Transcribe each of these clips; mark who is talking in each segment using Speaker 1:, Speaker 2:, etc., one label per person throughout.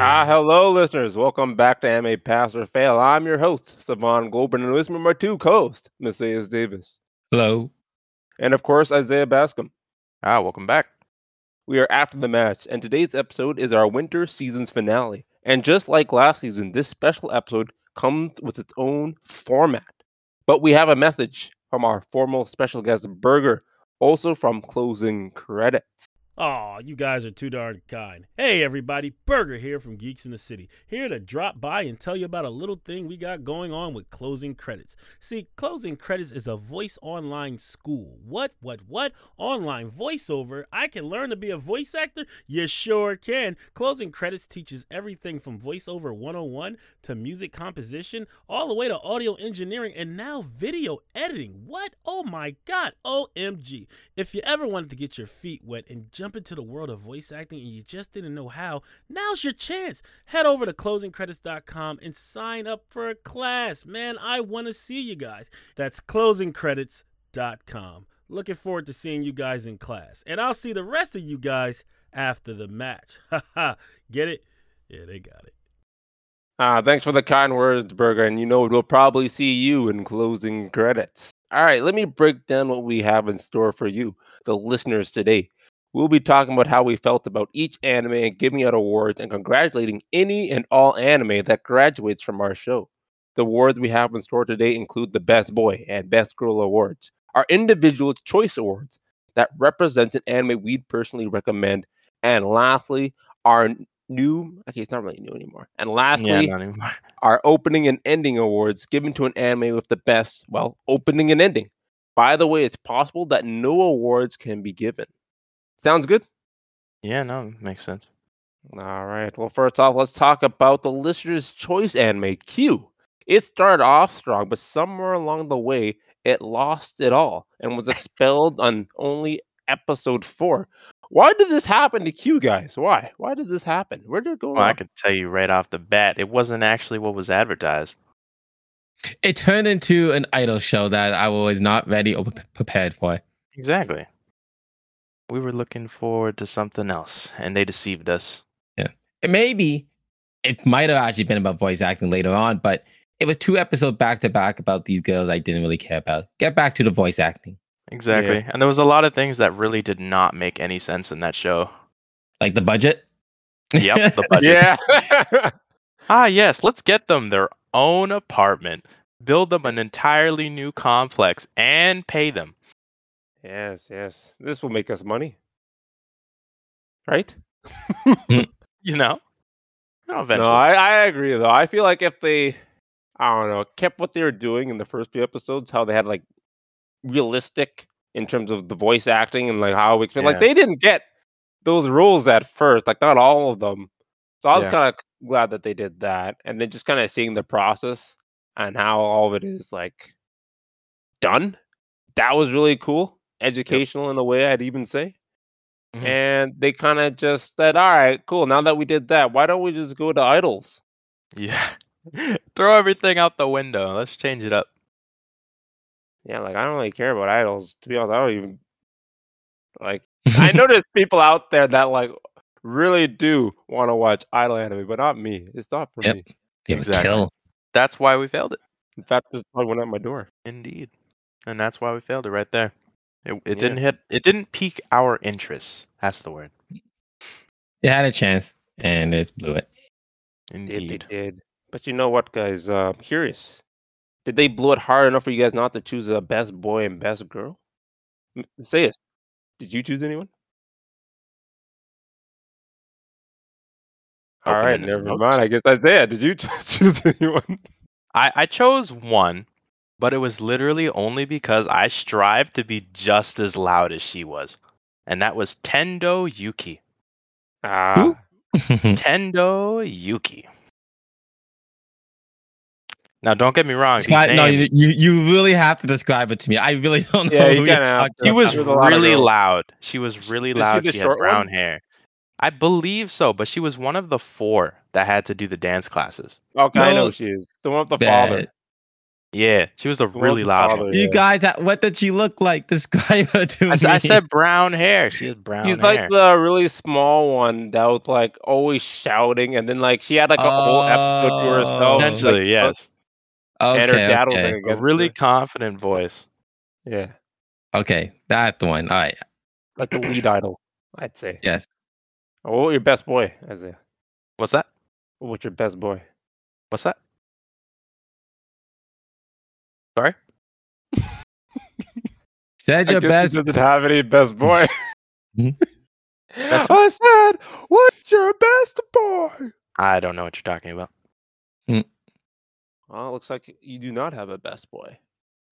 Speaker 1: Ah, hello, listeners. Welcome back to MA Pass or Fail. I'm your host, Savon Goldberg, and with me, my two co hosts, Messias Davis,
Speaker 2: Hello.
Speaker 1: and of course, Isaiah Bascom.
Speaker 3: Ah, welcome back.
Speaker 1: We are after the match, and today's episode is our winter season's finale. And just like last season, this special episode comes with its own format. But we have a message from our formal special guest, Berger, also from closing credits.
Speaker 4: Aw, you guys are too darn kind. Hey, everybody, Burger here from Geeks in the City, here to drop by and tell you about a little thing we got going on with Closing Credits. See, Closing Credits is a voice online school. What, what, what? Online voiceover? I can learn to be a voice actor? You sure can. Closing Credits teaches everything from voiceover 101 to music composition, all the way to audio engineering and now video editing. What? Oh my god, OMG. If you ever wanted to get your feet wet and jump into the world of voice acting and you just didn't know how, now's your chance. Head over to closingcredits.com and sign up for a class. Man, I want to see you guys. That's closingcredits.com. Looking forward to seeing you guys in class. And I'll see the rest of you guys after the match. Haha, get it? Yeah, they got it.
Speaker 1: Ah, thanks for the kind words, Berger. And you know, we'll probably see you in closing credits. All right, let me break down what we have in store for you, the listeners, today. We'll be talking about how we felt about each anime and giving out awards and congratulating any and all anime that graduates from our show. The awards we have in store today include the Best Boy and Best Girl awards, our individual choice awards that represents an anime we'd personally recommend, and lastly, our new, okay, it's not really new anymore. And lastly,
Speaker 3: Yeah, not anymore.
Speaker 1: our opening and ending awards given to an anime with the best, well, opening and ending. By the way, it's possible that no awards can be given. Sounds good?
Speaker 3: Yeah, no, makes sense.
Speaker 1: All right. Well, first off, let's talk about the listener's choice anime, Q. It started off strong, but somewhere along the way, it lost it all and was expelled on only episode four. Why did this happen to Q, guys? Why? Why did this happen? Where did it go?
Speaker 3: Well, I
Speaker 1: wrong?
Speaker 3: could tell you right off the bat, it wasn't actually what was advertised.
Speaker 2: It turned into an idol show that I was not ready or p- prepared for.
Speaker 3: Exactly. We were looking forward to something else, and they deceived us.
Speaker 2: And Maybe it might have actually been about voice acting later on, but it was two episodes back to back about these girls I didn't really care about. Get back to the voice acting.
Speaker 3: Exactly. And there was a lot of things that really did not make any sense in that show.
Speaker 2: Like the budget?
Speaker 3: Yep, the budget.
Speaker 1: Yeah.
Speaker 3: Ah, yes, let's get them their own apartment, build them an entirely new complex, and pay them.
Speaker 1: Yes, yes. This will make us money. Right?
Speaker 3: You know? No, eventually.
Speaker 1: No, I, I agree though. I feel like if they I don't know, kept what they were doing in the first few episodes, how they had like realistic in terms of the voice acting and like how we expect like
Speaker 3: Yeah.
Speaker 1: they didn't get those rules at first, like not all of them. So I was
Speaker 3: Yeah.
Speaker 1: kinda glad that they did that. And then just kinda seeing the process and how all of it is like done. That was really cool. Educational in a way, I'd even say
Speaker 3: Mhm.
Speaker 1: and they kind of just said, "All right, cool. Now that we did that, why don't we just go to idols?"
Speaker 3: Yeah. Throw everything out the window. Let's change it up.
Speaker 1: Yeah, like I don't really care about idols. To be honest, I don't even like. I know there's people out there that like really do want to watch idol anime, but not me. It's not for
Speaker 2: Yep.
Speaker 1: me.
Speaker 2: It was
Speaker 3: Exactly.
Speaker 2: kill.
Speaker 3: That's why we failed it.
Speaker 1: In fact, there's probably one at my door.
Speaker 3: Indeed. And that's why we failed it right there. It, it
Speaker 1: Yeah.
Speaker 3: didn't hit it didn't pique our interest. That's the word.
Speaker 2: It had a chance and it blew it.
Speaker 1: Did they
Speaker 3: Indeed.
Speaker 1: did? But you know what, guys? Uh, I'm curious. Did they blow it hard enough for you guys not to choose a best boy and best girl? M- Say it. Did you choose anyone? All
Speaker 3: Open
Speaker 1: right,
Speaker 3: ended
Speaker 1: never
Speaker 3: votes.
Speaker 1: mind. I guess that's it. Did you choose anyone?
Speaker 3: I, I chose one, but it was literally only because I strived to be just as loud as she was. And that was Tendo Yuki.
Speaker 1: Ah,
Speaker 3: Tendo Yuki. Now don't get me wrong. these
Speaker 2: Describe- no,
Speaker 3: names-
Speaker 2: you, you you really have to describe it to me. I really don't know.
Speaker 1: Yeah, you
Speaker 2: who you're
Speaker 1: kinda have
Speaker 2: talking
Speaker 1: to.
Speaker 3: She
Speaker 1: Yeah,
Speaker 3: was
Speaker 1: there's a lot of
Speaker 3: really
Speaker 1: girls.
Speaker 3: loud. She was really
Speaker 1: Is she
Speaker 3: loud.
Speaker 1: the
Speaker 3: She, had
Speaker 1: short one?
Speaker 3: brown hair. I believe so, but she was one of the four that had to do the dance classes.
Speaker 1: okay, I know
Speaker 2: No.
Speaker 1: she is the one with the
Speaker 2: about.
Speaker 1: father.
Speaker 3: Yeah, she was the really loud one.
Speaker 1: Yeah.
Speaker 2: You guys, what did she look like? Describe her to
Speaker 3: I, s-
Speaker 2: me.
Speaker 3: I said brown hair. She has brown
Speaker 1: She's
Speaker 3: hair.
Speaker 1: like the really small one that was like always shouting, and then like she had like a whole episode to herself. like,
Speaker 3: Essentially, yes.
Speaker 2: okay,
Speaker 1: And her dad was
Speaker 2: okay.
Speaker 1: in
Speaker 3: A
Speaker 1: against
Speaker 3: really
Speaker 1: her.
Speaker 3: confident voice.
Speaker 1: yeah,
Speaker 2: okay, that's the one. All right,
Speaker 1: like the lead idol, I'd say.
Speaker 2: yes.
Speaker 1: What was your best boy, Isaiah?
Speaker 3: What's that?
Speaker 1: What was your best boy?
Speaker 3: What's that?
Speaker 2: Said your
Speaker 1: I guess
Speaker 2: best.
Speaker 1: He doesn't have any best boy.
Speaker 2: Mhm.
Speaker 1: I said, "What's your best boy?"
Speaker 3: I don't know what you're talking about.
Speaker 1: Well, it looks like you do not have a best boy.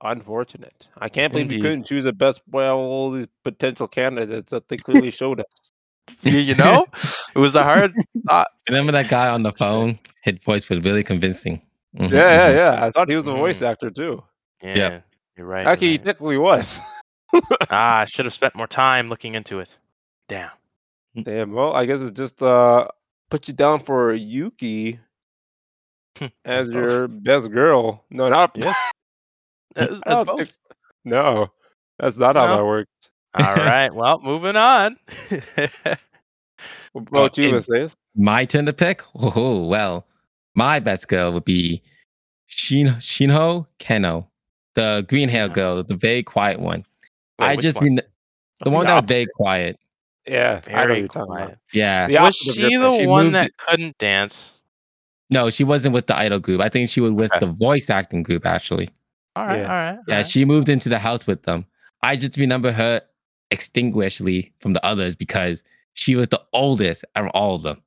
Speaker 1: Unfortunate. I can't believe you
Speaker 3: Indeed.
Speaker 1: couldn't choose a best boy out of all these potential candidates that they clearly showed us.
Speaker 3: You, you know, it was a hard.
Speaker 2: Remember that guy on the phone? His voice was really convincing. Mhm,
Speaker 1: Yeah,
Speaker 2: mhm.
Speaker 1: yeah, yeah. I thought he was a voice actor too.
Speaker 3: Yeah,
Speaker 2: Yeah.
Speaker 3: you're right. you're
Speaker 1: Actually, he
Speaker 3: right.
Speaker 1: technically was.
Speaker 3: ah, I should have spent more time looking into it. Damn.
Speaker 1: Damn. Well, I guess it's just uh put you down for Yuki as
Speaker 3: Both.
Speaker 1: your best girl. No, not
Speaker 3: Hmm, oh. Yes. That was-
Speaker 1: I
Speaker 3: that's
Speaker 1: don't
Speaker 3: both.
Speaker 1: think- no. That's not how
Speaker 3: No.
Speaker 1: that works.
Speaker 3: All right. Well, moving on.
Speaker 1: What about you,
Speaker 2: is-
Speaker 1: Matthias?
Speaker 2: My turn to pick. Oh well, my best girl would be Shin Shinho Keno, the green
Speaker 3: Keno.
Speaker 2: hair
Speaker 1: Mm-hmm.
Speaker 2: girl, the very quiet one.
Speaker 3: Wait,
Speaker 2: I
Speaker 3: which
Speaker 2: just
Speaker 3: one?
Speaker 2: mean the, the one
Speaker 1: The
Speaker 2: that was very quiet.
Speaker 1: Yeah, I know
Speaker 3: Very
Speaker 1: you're talking about.
Speaker 3: quiet.
Speaker 2: Yeah.
Speaker 1: The
Speaker 3: was
Speaker 1: opposite of your
Speaker 3: she the
Speaker 1: pick.
Speaker 2: She
Speaker 3: one
Speaker 2: moved
Speaker 3: that
Speaker 2: it-
Speaker 3: couldn't dance?
Speaker 2: No, she wasn't with the idol group. I think she was with
Speaker 3: Okay.
Speaker 2: the voice acting group actually.
Speaker 3: All right,
Speaker 1: Yeah.
Speaker 3: all right.
Speaker 2: Yeah,
Speaker 3: all
Speaker 2: she moved into the house with them. I just remember her extinguishedly from the others because she was the oldest out of all of them.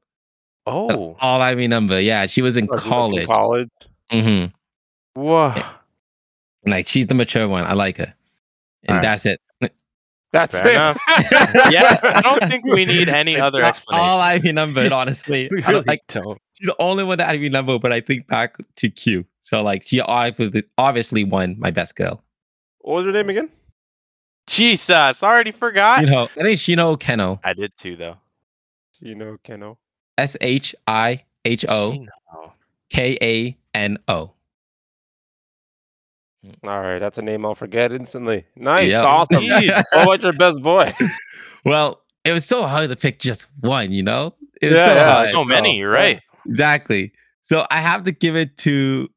Speaker 2: That's
Speaker 3: right. Oh,
Speaker 2: All I remember, yeah, she was in
Speaker 1: Like, you look in
Speaker 2: college.
Speaker 1: College.
Speaker 2: hmm
Speaker 3: whoa.
Speaker 2: Like she's the mature one. I like her, and
Speaker 3: Alright.
Speaker 2: that's it.
Speaker 1: That's
Speaker 3: Fair
Speaker 1: it.
Speaker 3: enough. Yeah, I don't think we need any other
Speaker 2: That's
Speaker 3: explanation.
Speaker 2: All I remembered, honestly,
Speaker 3: We
Speaker 2: I
Speaker 3: really
Speaker 2: don't, like
Speaker 3: don't.
Speaker 2: she's the only one that I remember. But I think back to Q. So like she obviously obviously won my best girl.
Speaker 1: What was your name again?
Speaker 3: Jesus, already forgot.
Speaker 2: You know, I think Shino Keno.
Speaker 3: I did too, though.
Speaker 1: You know, Keno.
Speaker 2: S H I H O
Speaker 3: Shino.
Speaker 2: K A N O.
Speaker 1: All right, that's a name I'll forget instantly. Nice,
Speaker 2: Yeah.
Speaker 1: awesome.
Speaker 3: Jeez.
Speaker 1: what about your best boy?
Speaker 2: Well, it was so hard to pick just one. You know, it
Speaker 1: Yeah, yeah.
Speaker 2: hard. Oh,
Speaker 3: so many, you're right.
Speaker 2: Exactly. So I have to give it to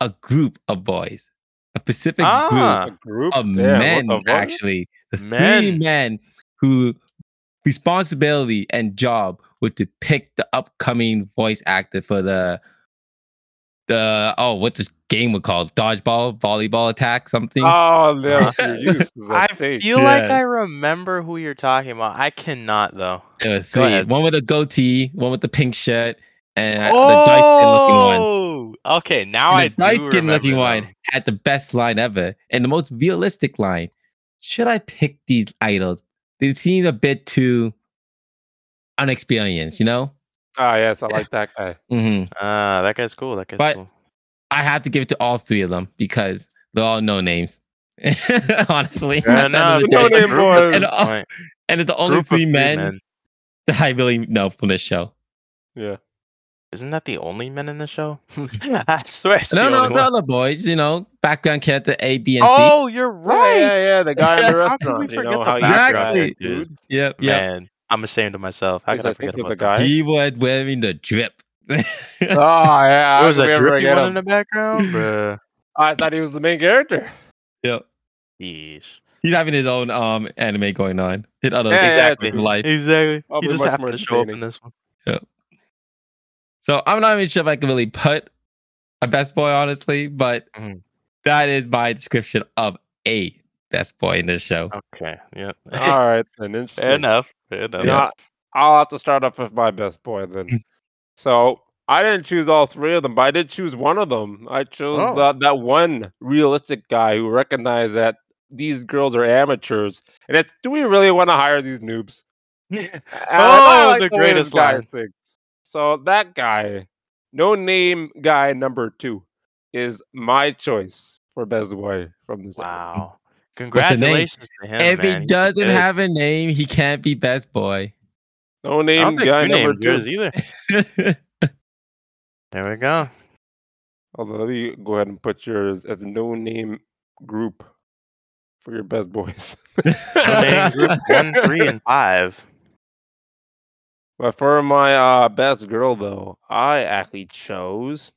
Speaker 2: a group of boys, a Pacific
Speaker 3: Ah.
Speaker 1: A group
Speaker 2: group of
Speaker 1: Damn,
Speaker 2: men,
Speaker 1: what the fuck?
Speaker 2: actually. The three
Speaker 3: Men.
Speaker 2: men who responsibility and job were to pick the upcoming voice actor for the the oh what this game was called dodgeball volleyball attack something
Speaker 1: Oh, no,
Speaker 2: Uh,
Speaker 3: Uh-huh.
Speaker 1: you're used to
Speaker 3: I
Speaker 1: that tape.
Speaker 3: feel like
Speaker 2: Yeah.
Speaker 3: I remember who you're talking about. I cannot though.
Speaker 2: There were
Speaker 3: go
Speaker 2: three.
Speaker 3: ahead.
Speaker 2: one with a goatee one with the pink shirt and the dice skin looking one
Speaker 3: Oh, okay. Oh, Now I
Speaker 2: and the dice
Speaker 3: do
Speaker 2: skin looking
Speaker 3: remember
Speaker 2: one
Speaker 3: them.
Speaker 2: had the best line ever and the most realistic line. Should I pick these idols? They seem a bit too unexperienced, you know?
Speaker 1: Ah, yes, I like that guy.
Speaker 2: hmm
Speaker 3: Ah, that guy's cool. That guy's
Speaker 2: But-
Speaker 3: cool.
Speaker 2: I have to give it to all three of them because they're all no names. Honestly.
Speaker 3: Yeah,
Speaker 2: at the end
Speaker 3: no,
Speaker 2: of the
Speaker 1: no
Speaker 2: day.
Speaker 1: name
Speaker 3: it's uh, a group at
Speaker 1: boys.
Speaker 3: this point.
Speaker 2: And it's the only
Speaker 3: Group of
Speaker 2: three men, that I really know from this show.
Speaker 1: Yeah.
Speaker 3: Isn't that the only men in the show? I swear. It's
Speaker 2: No,
Speaker 3: the
Speaker 2: no,
Speaker 3: only
Speaker 2: the
Speaker 3: one.
Speaker 2: other boys, you know, background character A, B, and C.
Speaker 3: Oh, you're
Speaker 1: Yeah,
Speaker 3: right.
Speaker 1: yeah, yeah, the guy in the
Speaker 3: How could we
Speaker 1: restaurant. You
Speaker 3: forget
Speaker 1: know
Speaker 3: the
Speaker 1: how he
Speaker 2: background?
Speaker 1: tried
Speaker 3: Exactly.
Speaker 1: food?
Speaker 2: yep, yep.
Speaker 3: Man, I'm ashamed of myself. How
Speaker 1: Because
Speaker 3: could I
Speaker 1: I think
Speaker 3: forget
Speaker 1: it was
Speaker 3: about
Speaker 1: the
Speaker 3: that?
Speaker 1: guy.
Speaker 2: He was wearing the drip.
Speaker 1: Oh, yeah.
Speaker 3: There
Speaker 1: I
Speaker 3: was
Speaker 1: could
Speaker 3: a
Speaker 1: never
Speaker 3: drippy
Speaker 1: forget
Speaker 3: one
Speaker 1: him.
Speaker 3: in the background, bruh.
Speaker 1: I thought he was the main character.
Speaker 2: yep.
Speaker 3: Yeesh.
Speaker 2: He's having his own um anime going on. His other
Speaker 1: Yeah, yeah,
Speaker 2: exactly
Speaker 1: true.
Speaker 2: life.
Speaker 3: Exactly.
Speaker 1: Probably
Speaker 3: he just
Speaker 1: much
Speaker 3: happened
Speaker 1: more
Speaker 3: to show up
Speaker 1: entertaining.
Speaker 3: in this one.
Speaker 2: So I'm not even sure if I can really put a best boy, honestly, but
Speaker 3: Mhm.
Speaker 2: that is my description of a best boy in this show.
Speaker 3: Okay. Yep.
Speaker 1: All right, then. Interesting.
Speaker 3: Fair enough. Fair enough.
Speaker 1: Yeah. I'll have to start off with my best boy
Speaker 3: Mm.
Speaker 1: then. so I didn't choose all three of them, but I did choose one of them. I chose
Speaker 3: Oh.
Speaker 1: that, that one realistic guy who recognized that these girls are amateurs. And it's, do we really want to hire these noobs? And I
Speaker 3: Oh, the
Speaker 1: way this
Speaker 3: greatest
Speaker 1: guy
Speaker 3: line.
Speaker 1: thinks. So that guy, no name guy number two, is my choice for best boy from this. episode.
Speaker 3: Wow.
Speaker 2: the name?
Speaker 3: Congratulations to him.
Speaker 2: if
Speaker 3: man.
Speaker 2: he
Speaker 3: He's
Speaker 2: doesn't
Speaker 3: good.
Speaker 2: have a name, he can't be best boy.
Speaker 1: No
Speaker 3: I
Speaker 1: name
Speaker 3: don't think
Speaker 1: guy
Speaker 3: you
Speaker 1: number
Speaker 3: named
Speaker 1: two.
Speaker 3: yours either. There we go.
Speaker 1: Although let me go ahead and put yours as no name group for your best boys.
Speaker 3: Name group one, three, and five.
Speaker 1: But for my uh, best girl, though, I actually chose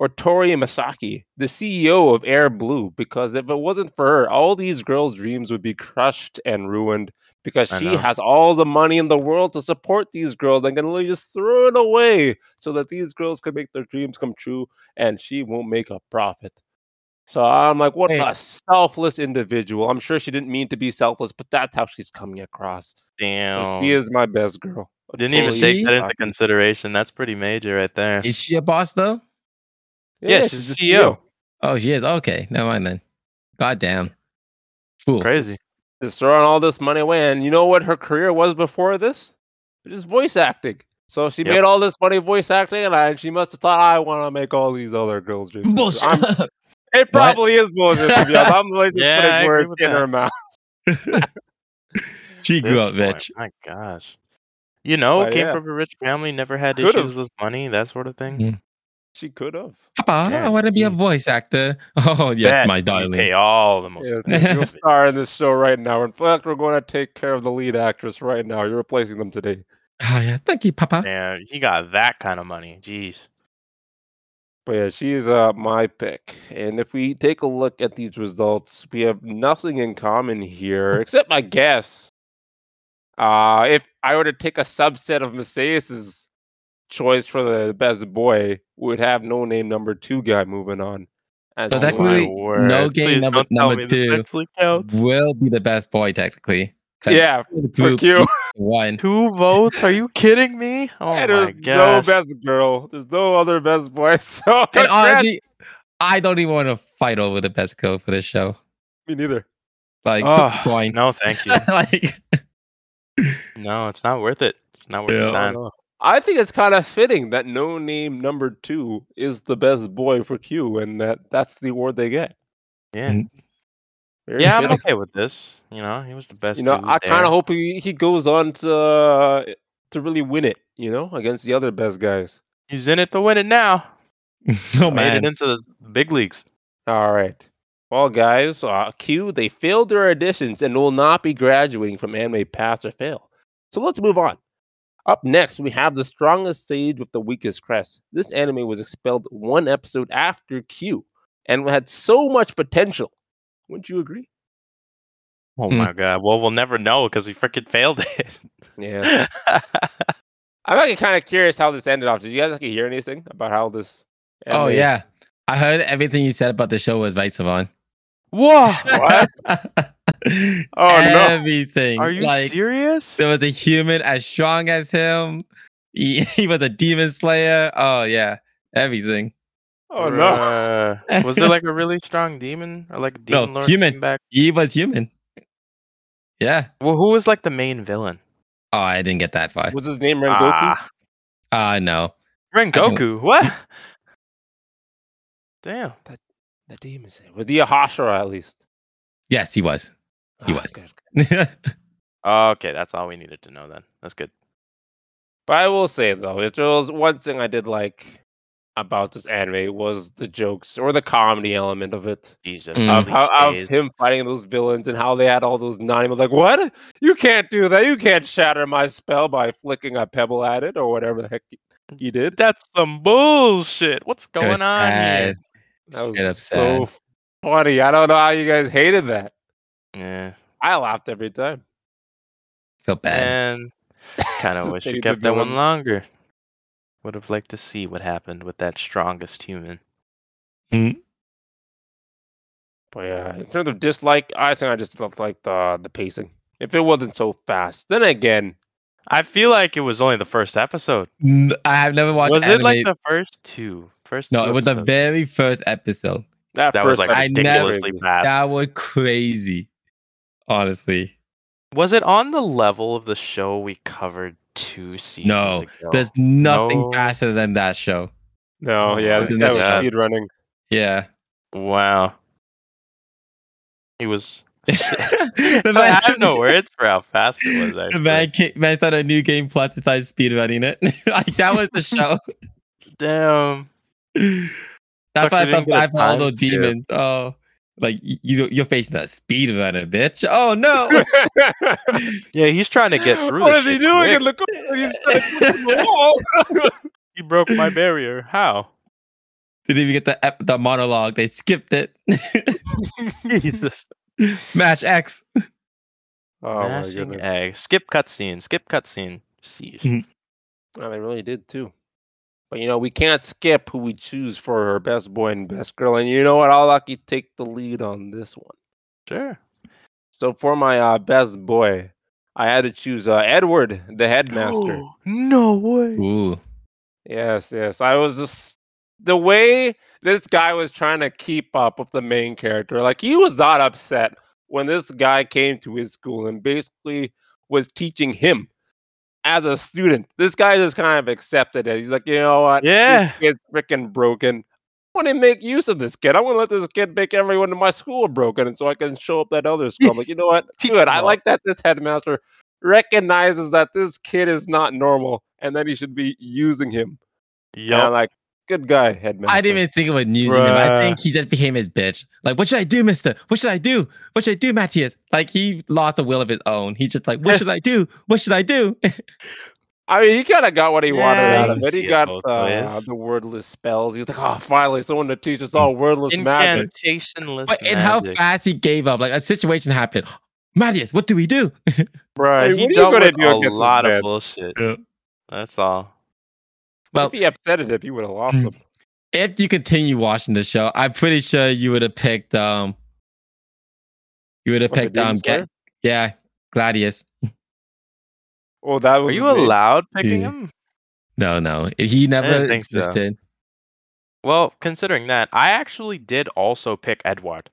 Speaker 1: Otori Masaki, the CEO of Air Blue, because if it wasn't for her, all these girls' dreams would be crushed and ruined because
Speaker 3: I
Speaker 1: she
Speaker 3: know.
Speaker 1: has all the money in the world to support these girls and can literally just throw it away so that these girls can make their dreams come true and she won't make a profit. So I'm like, what
Speaker 2: Hey.
Speaker 1: a selfless individual. I'm sure she didn't mean to be selfless, but that's how she's coming across. So
Speaker 3: Damn.
Speaker 1: she is my best girl.
Speaker 3: Didn't even
Speaker 1: Holy
Speaker 3: take that into
Speaker 1: fuck.
Speaker 3: consideration. That's pretty major right there.
Speaker 2: Is she a boss though?
Speaker 3: Yeah, she's the E CEO.
Speaker 2: Oh, she is. Okay, never mind then. Goddamn. Fool.
Speaker 3: Crazy.
Speaker 1: Is throwing all this money away, and you know what her career was before this? Just voice acting. So she
Speaker 3: Yep.
Speaker 1: made all this money voice acting, and I, she must have thought I want to make all these other girls dreams. come true." I'm-
Speaker 2: Bullshit.
Speaker 1: It probably is bullshit. To be honest. I'm like just
Speaker 3: Yeah, I
Speaker 1: putting
Speaker 3: agree
Speaker 1: words
Speaker 3: with
Speaker 1: in
Speaker 3: that.
Speaker 1: her mouth.
Speaker 2: she grew
Speaker 3: This
Speaker 2: up
Speaker 3: point,
Speaker 2: bitch.
Speaker 3: My gosh. You know,
Speaker 1: But
Speaker 3: came
Speaker 1: yeah.
Speaker 3: from a rich family, never had
Speaker 1: Could've.
Speaker 3: issues with money, that sort of thing.
Speaker 2: Yeah.
Speaker 1: She could have.
Speaker 2: Papa, I
Speaker 3: Yeah,
Speaker 2: want to be a
Speaker 3: she-
Speaker 2: voice actor. Oh yes,
Speaker 3: Bet
Speaker 2: my
Speaker 3: you
Speaker 2: darling.
Speaker 3: Pay all the most.
Speaker 1: Yeah, you're a star in this show right now. In fact, we're going to take care of the lead actress right now. You're replacing them today.
Speaker 2: Oh yeah, thank you, Papa.
Speaker 3: Man, he got that kind of money. Jeez.
Speaker 1: But yeah, she's uh, my pick. And if we take a look at these results, we have nothing in common here except my guess. Uh, if I were to take a subset of Macias's choice for the best boy, we'd have no name number two guy moving on. And
Speaker 2: So
Speaker 1: I'm
Speaker 2: that
Speaker 1: like,
Speaker 2: really- no game
Speaker 3: Oh, Please
Speaker 2: number-
Speaker 3: don't tell
Speaker 2: number
Speaker 3: me this
Speaker 2: two.
Speaker 3: actually counts.
Speaker 2: Will be the best boy technically. 'Cause
Speaker 1: yeah,
Speaker 2: the
Speaker 1: for
Speaker 2: group
Speaker 1: you.
Speaker 2: One.
Speaker 3: Two votes? Are you kidding me? Oh
Speaker 1: And
Speaker 3: my
Speaker 1: there's
Speaker 3: gosh.
Speaker 1: no best girl. There's no other best boy. So
Speaker 2: And
Speaker 1: congrats.
Speaker 2: honestly, I don't even want to fight over the best girl for this show.
Speaker 1: me neither.
Speaker 2: Like,
Speaker 3: Oh,
Speaker 2: coin.
Speaker 3: no, thank you.
Speaker 2: like,
Speaker 3: No, it's not worth it. It's not worth
Speaker 2: Yeah.
Speaker 3: the time.
Speaker 1: know. I think it's kind of fitting that no name number two is the best boy for Q, and that that's the award they get.
Speaker 2: Mm,
Speaker 3: Yeah.
Speaker 1: Very
Speaker 3: Yeah, I'm
Speaker 1: fitting.
Speaker 3: okay with this. You know, he was the best.
Speaker 1: you know,
Speaker 3: dude
Speaker 1: I kind
Speaker 3: there.
Speaker 1: of hope he, he goes on to uh, to really win it. You know, against the other best guys.
Speaker 3: he's in it to win it now.
Speaker 2: oh
Speaker 3: Made it
Speaker 2: man.
Speaker 3: into the big leagues.
Speaker 1: All right. Well, guys, uh, Q they failed their auditions and will not be graduating from anime pass or fail. So let's move on. Up next, we have the strongest sage with the weakest crest. This anime was expelled one episode after Q and had so much potential. Wouldn't you agree?
Speaker 3: Oh
Speaker 2: Hmm.
Speaker 3: my god. Well, we'll never know because we freaking failed it.
Speaker 1: Yeah. I'm actually kind of curious how this ended off. Did you guys actually hear anything about how this?
Speaker 2: Oh
Speaker 1: anime-
Speaker 2: yeah, I heard everything you said about the show was right, Savon.
Speaker 3: Whoa.
Speaker 1: What? Oh no!
Speaker 2: Everything.
Speaker 3: Are you
Speaker 2: like,
Speaker 3: serious?
Speaker 2: There was a human as strong as him. He, he was a demon slayer. Oh yeah, everything.
Speaker 1: Oh no!
Speaker 3: Bruh. was there like a really strong demon or like a
Speaker 2: No,
Speaker 3: demon lord
Speaker 2: human.
Speaker 3: came back?
Speaker 2: He was human. Yeah.
Speaker 3: Well, who was like the main villain?
Speaker 2: Oh, I didn't get that far.
Speaker 1: Was his name Rengoku?
Speaker 3: Ah,
Speaker 2: Uh no.
Speaker 3: Rengoku. What? Damn.
Speaker 1: The demon slayer. With the Ahashara, at least.
Speaker 2: Yes, he was. He
Speaker 1: Ah,
Speaker 2: was.
Speaker 1: good, good.
Speaker 3: okay, that's all we needed to know then. That's good.
Speaker 1: But I will say though, if there was one thing I did like about this anime was the jokes or the comedy element of it.
Speaker 3: Jesus.
Speaker 2: Mm.
Speaker 3: all
Speaker 1: Of,
Speaker 3: these
Speaker 1: how, of
Speaker 3: days.
Speaker 1: him fighting those villains and how they had all those non like, what? You can't do that. You can't shatter my spell by flicking a pebble at it or whatever the heck he-
Speaker 3: Mm.
Speaker 1: he did.
Speaker 3: That's some bullshit. What's
Speaker 2: It was
Speaker 3: going on here?
Speaker 2: sad.
Speaker 1: That
Speaker 2: Straight up
Speaker 1: was so funny. I don't know how you guys hated that.
Speaker 3: Yeah.
Speaker 1: I laughed every time.
Speaker 2: Felt bad.
Speaker 3: And kind of
Speaker 1: Just
Speaker 3: wish
Speaker 1: hated
Speaker 3: you
Speaker 1: the
Speaker 3: kept that one
Speaker 1: villains.
Speaker 3: longer. Would have liked to see what happened with that strongest human.
Speaker 1: But yeah, in terms of dislike, I think I just felt like the the pacing. If it wasn't so fast, then again,
Speaker 3: I feel like it was only the first episode.
Speaker 2: N- I have never watched.
Speaker 3: was it like
Speaker 2: anime-
Speaker 3: the first two? First
Speaker 2: No,
Speaker 3: two
Speaker 2: it was the
Speaker 3: episodes.
Speaker 2: very first episode.
Speaker 1: that,
Speaker 3: that was
Speaker 1: first
Speaker 3: like
Speaker 2: I
Speaker 1: episode
Speaker 2: never-
Speaker 3: ridiculously
Speaker 1: crazy.
Speaker 3: fast.
Speaker 2: That was crazy. Honestly.
Speaker 3: Was it on the level of the show we covered two seasons
Speaker 2: No,
Speaker 3: ago?
Speaker 2: There's nothing
Speaker 3: No.
Speaker 2: faster than that show.
Speaker 1: No,
Speaker 3: Oh,
Speaker 1: yeah,
Speaker 3: I
Speaker 1: that,
Speaker 2: think
Speaker 1: that
Speaker 2: that's
Speaker 1: was
Speaker 3: bad.
Speaker 1: speed running.
Speaker 2: Yeah.
Speaker 3: Wow. He was.
Speaker 2: the
Speaker 3: I have no words for how fast it was.
Speaker 2: The
Speaker 3: Actually.
Speaker 2: man, came, man started a new game plus and started speedrunning it. like that was the show.
Speaker 3: Damn.
Speaker 2: that That's why I
Speaker 3: Sucker didn't
Speaker 2: felt bad
Speaker 3: get a
Speaker 2: for all those
Speaker 3: time, yeah.
Speaker 2: demons. Oh, like y- you, you're facing a speedrunner, bitch. Oh no.
Speaker 3: Yeah, he's trying to get through.
Speaker 1: What is
Speaker 3: this
Speaker 1: he
Speaker 3: shit
Speaker 1: doing?
Speaker 3: quick.
Speaker 1: And look, he's trying to get through the wall.
Speaker 3: He broke my barrier. How?
Speaker 2: Didn't even get the ep- the monologue. They skipped it.
Speaker 3: Jesus.
Speaker 2: Match X.
Speaker 1: Oh my
Speaker 3: Mashing
Speaker 1: goodness!
Speaker 3: egg. Skip cutscene. Skip cutscene. Sheesh.
Speaker 1: Oh, they really did too. But you know, we can't skip who we choose for her best boy and best girl. And you know what? I'll lucky take the lead on this one.
Speaker 3: Sure.
Speaker 1: So for my uh, best boy, I had to choose uh, Edward, the headmaster.
Speaker 3: no way.
Speaker 2: Ooh.
Speaker 1: yes, yes. I was just the way this guy was trying to keep up with the main character. Like he was not upset when this guy came to his school and basically was teaching him as a student. This guy just kind of accepted it. He's like, you know what?
Speaker 3: Yeah.
Speaker 1: This kid's freaking broken. I want to make use of this kid. I want to let this kid make everyone in my school broken, and so I can show up that other school. I'm like, you know what?
Speaker 3: Teach
Speaker 1: Good.
Speaker 3: him
Speaker 1: I
Speaker 3: up.
Speaker 1: like that this headmaster recognizes that this kid is not normal, and that he should be using him. Yeah,
Speaker 3: Yup.
Speaker 1: like, good guy, headmaster.
Speaker 2: I didn't even think about using him. I
Speaker 3: Bruh.
Speaker 2: think he just became his bitch. Like, what should I do, Mister? What should I do? What should I do, Matthias? Like, he lost a will of his own. He's just like, what should I do? What should I do?
Speaker 1: I mean, he kind of got what he wanted
Speaker 3: Yeah,
Speaker 1: out
Speaker 3: you
Speaker 1: of
Speaker 3: can
Speaker 1: it. He
Speaker 3: see it
Speaker 1: got
Speaker 3: both
Speaker 1: uh,
Speaker 3: ways.
Speaker 1: the wordless spells. He's like, oh, finally, someone to teach us all wordless magic.
Speaker 3: Incantationless
Speaker 2: But and how
Speaker 3: magic.
Speaker 2: fast he gave up. Like, a situation happened. Matthias, what do we do?
Speaker 1: Hey,
Speaker 3: Bruh,
Speaker 1: what are you
Speaker 3: he dealt
Speaker 1: gonna
Speaker 3: with
Speaker 1: do against
Speaker 3: a
Speaker 1: this
Speaker 3: lot
Speaker 1: man?
Speaker 3: of bullshit.
Speaker 2: Yeah.
Speaker 3: That's all.
Speaker 2: Well,
Speaker 1: if he upset it, if you would have lost him.
Speaker 2: if you continue watching the show, I'm pretty sure you would have picked um you would have
Speaker 1: What, the
Speaker 2: picked
Speaker 1: Demon
Speaker 2: um
Speaker 1: Slayer?
Speaker 2: get, yeah, Gladius.
Speaker 1: Oh, that was
Speaker 3: Are you
Speaker 1: me.
Speaker 3: allowed picking
Speaker 2: Yeah.
Speaker 3: him?
Speaker 2: No, no. He never
Speaker 3: think so.
Speaker 2: existed.
Speaker 3: Well, considering that, I actually did also pick Edward.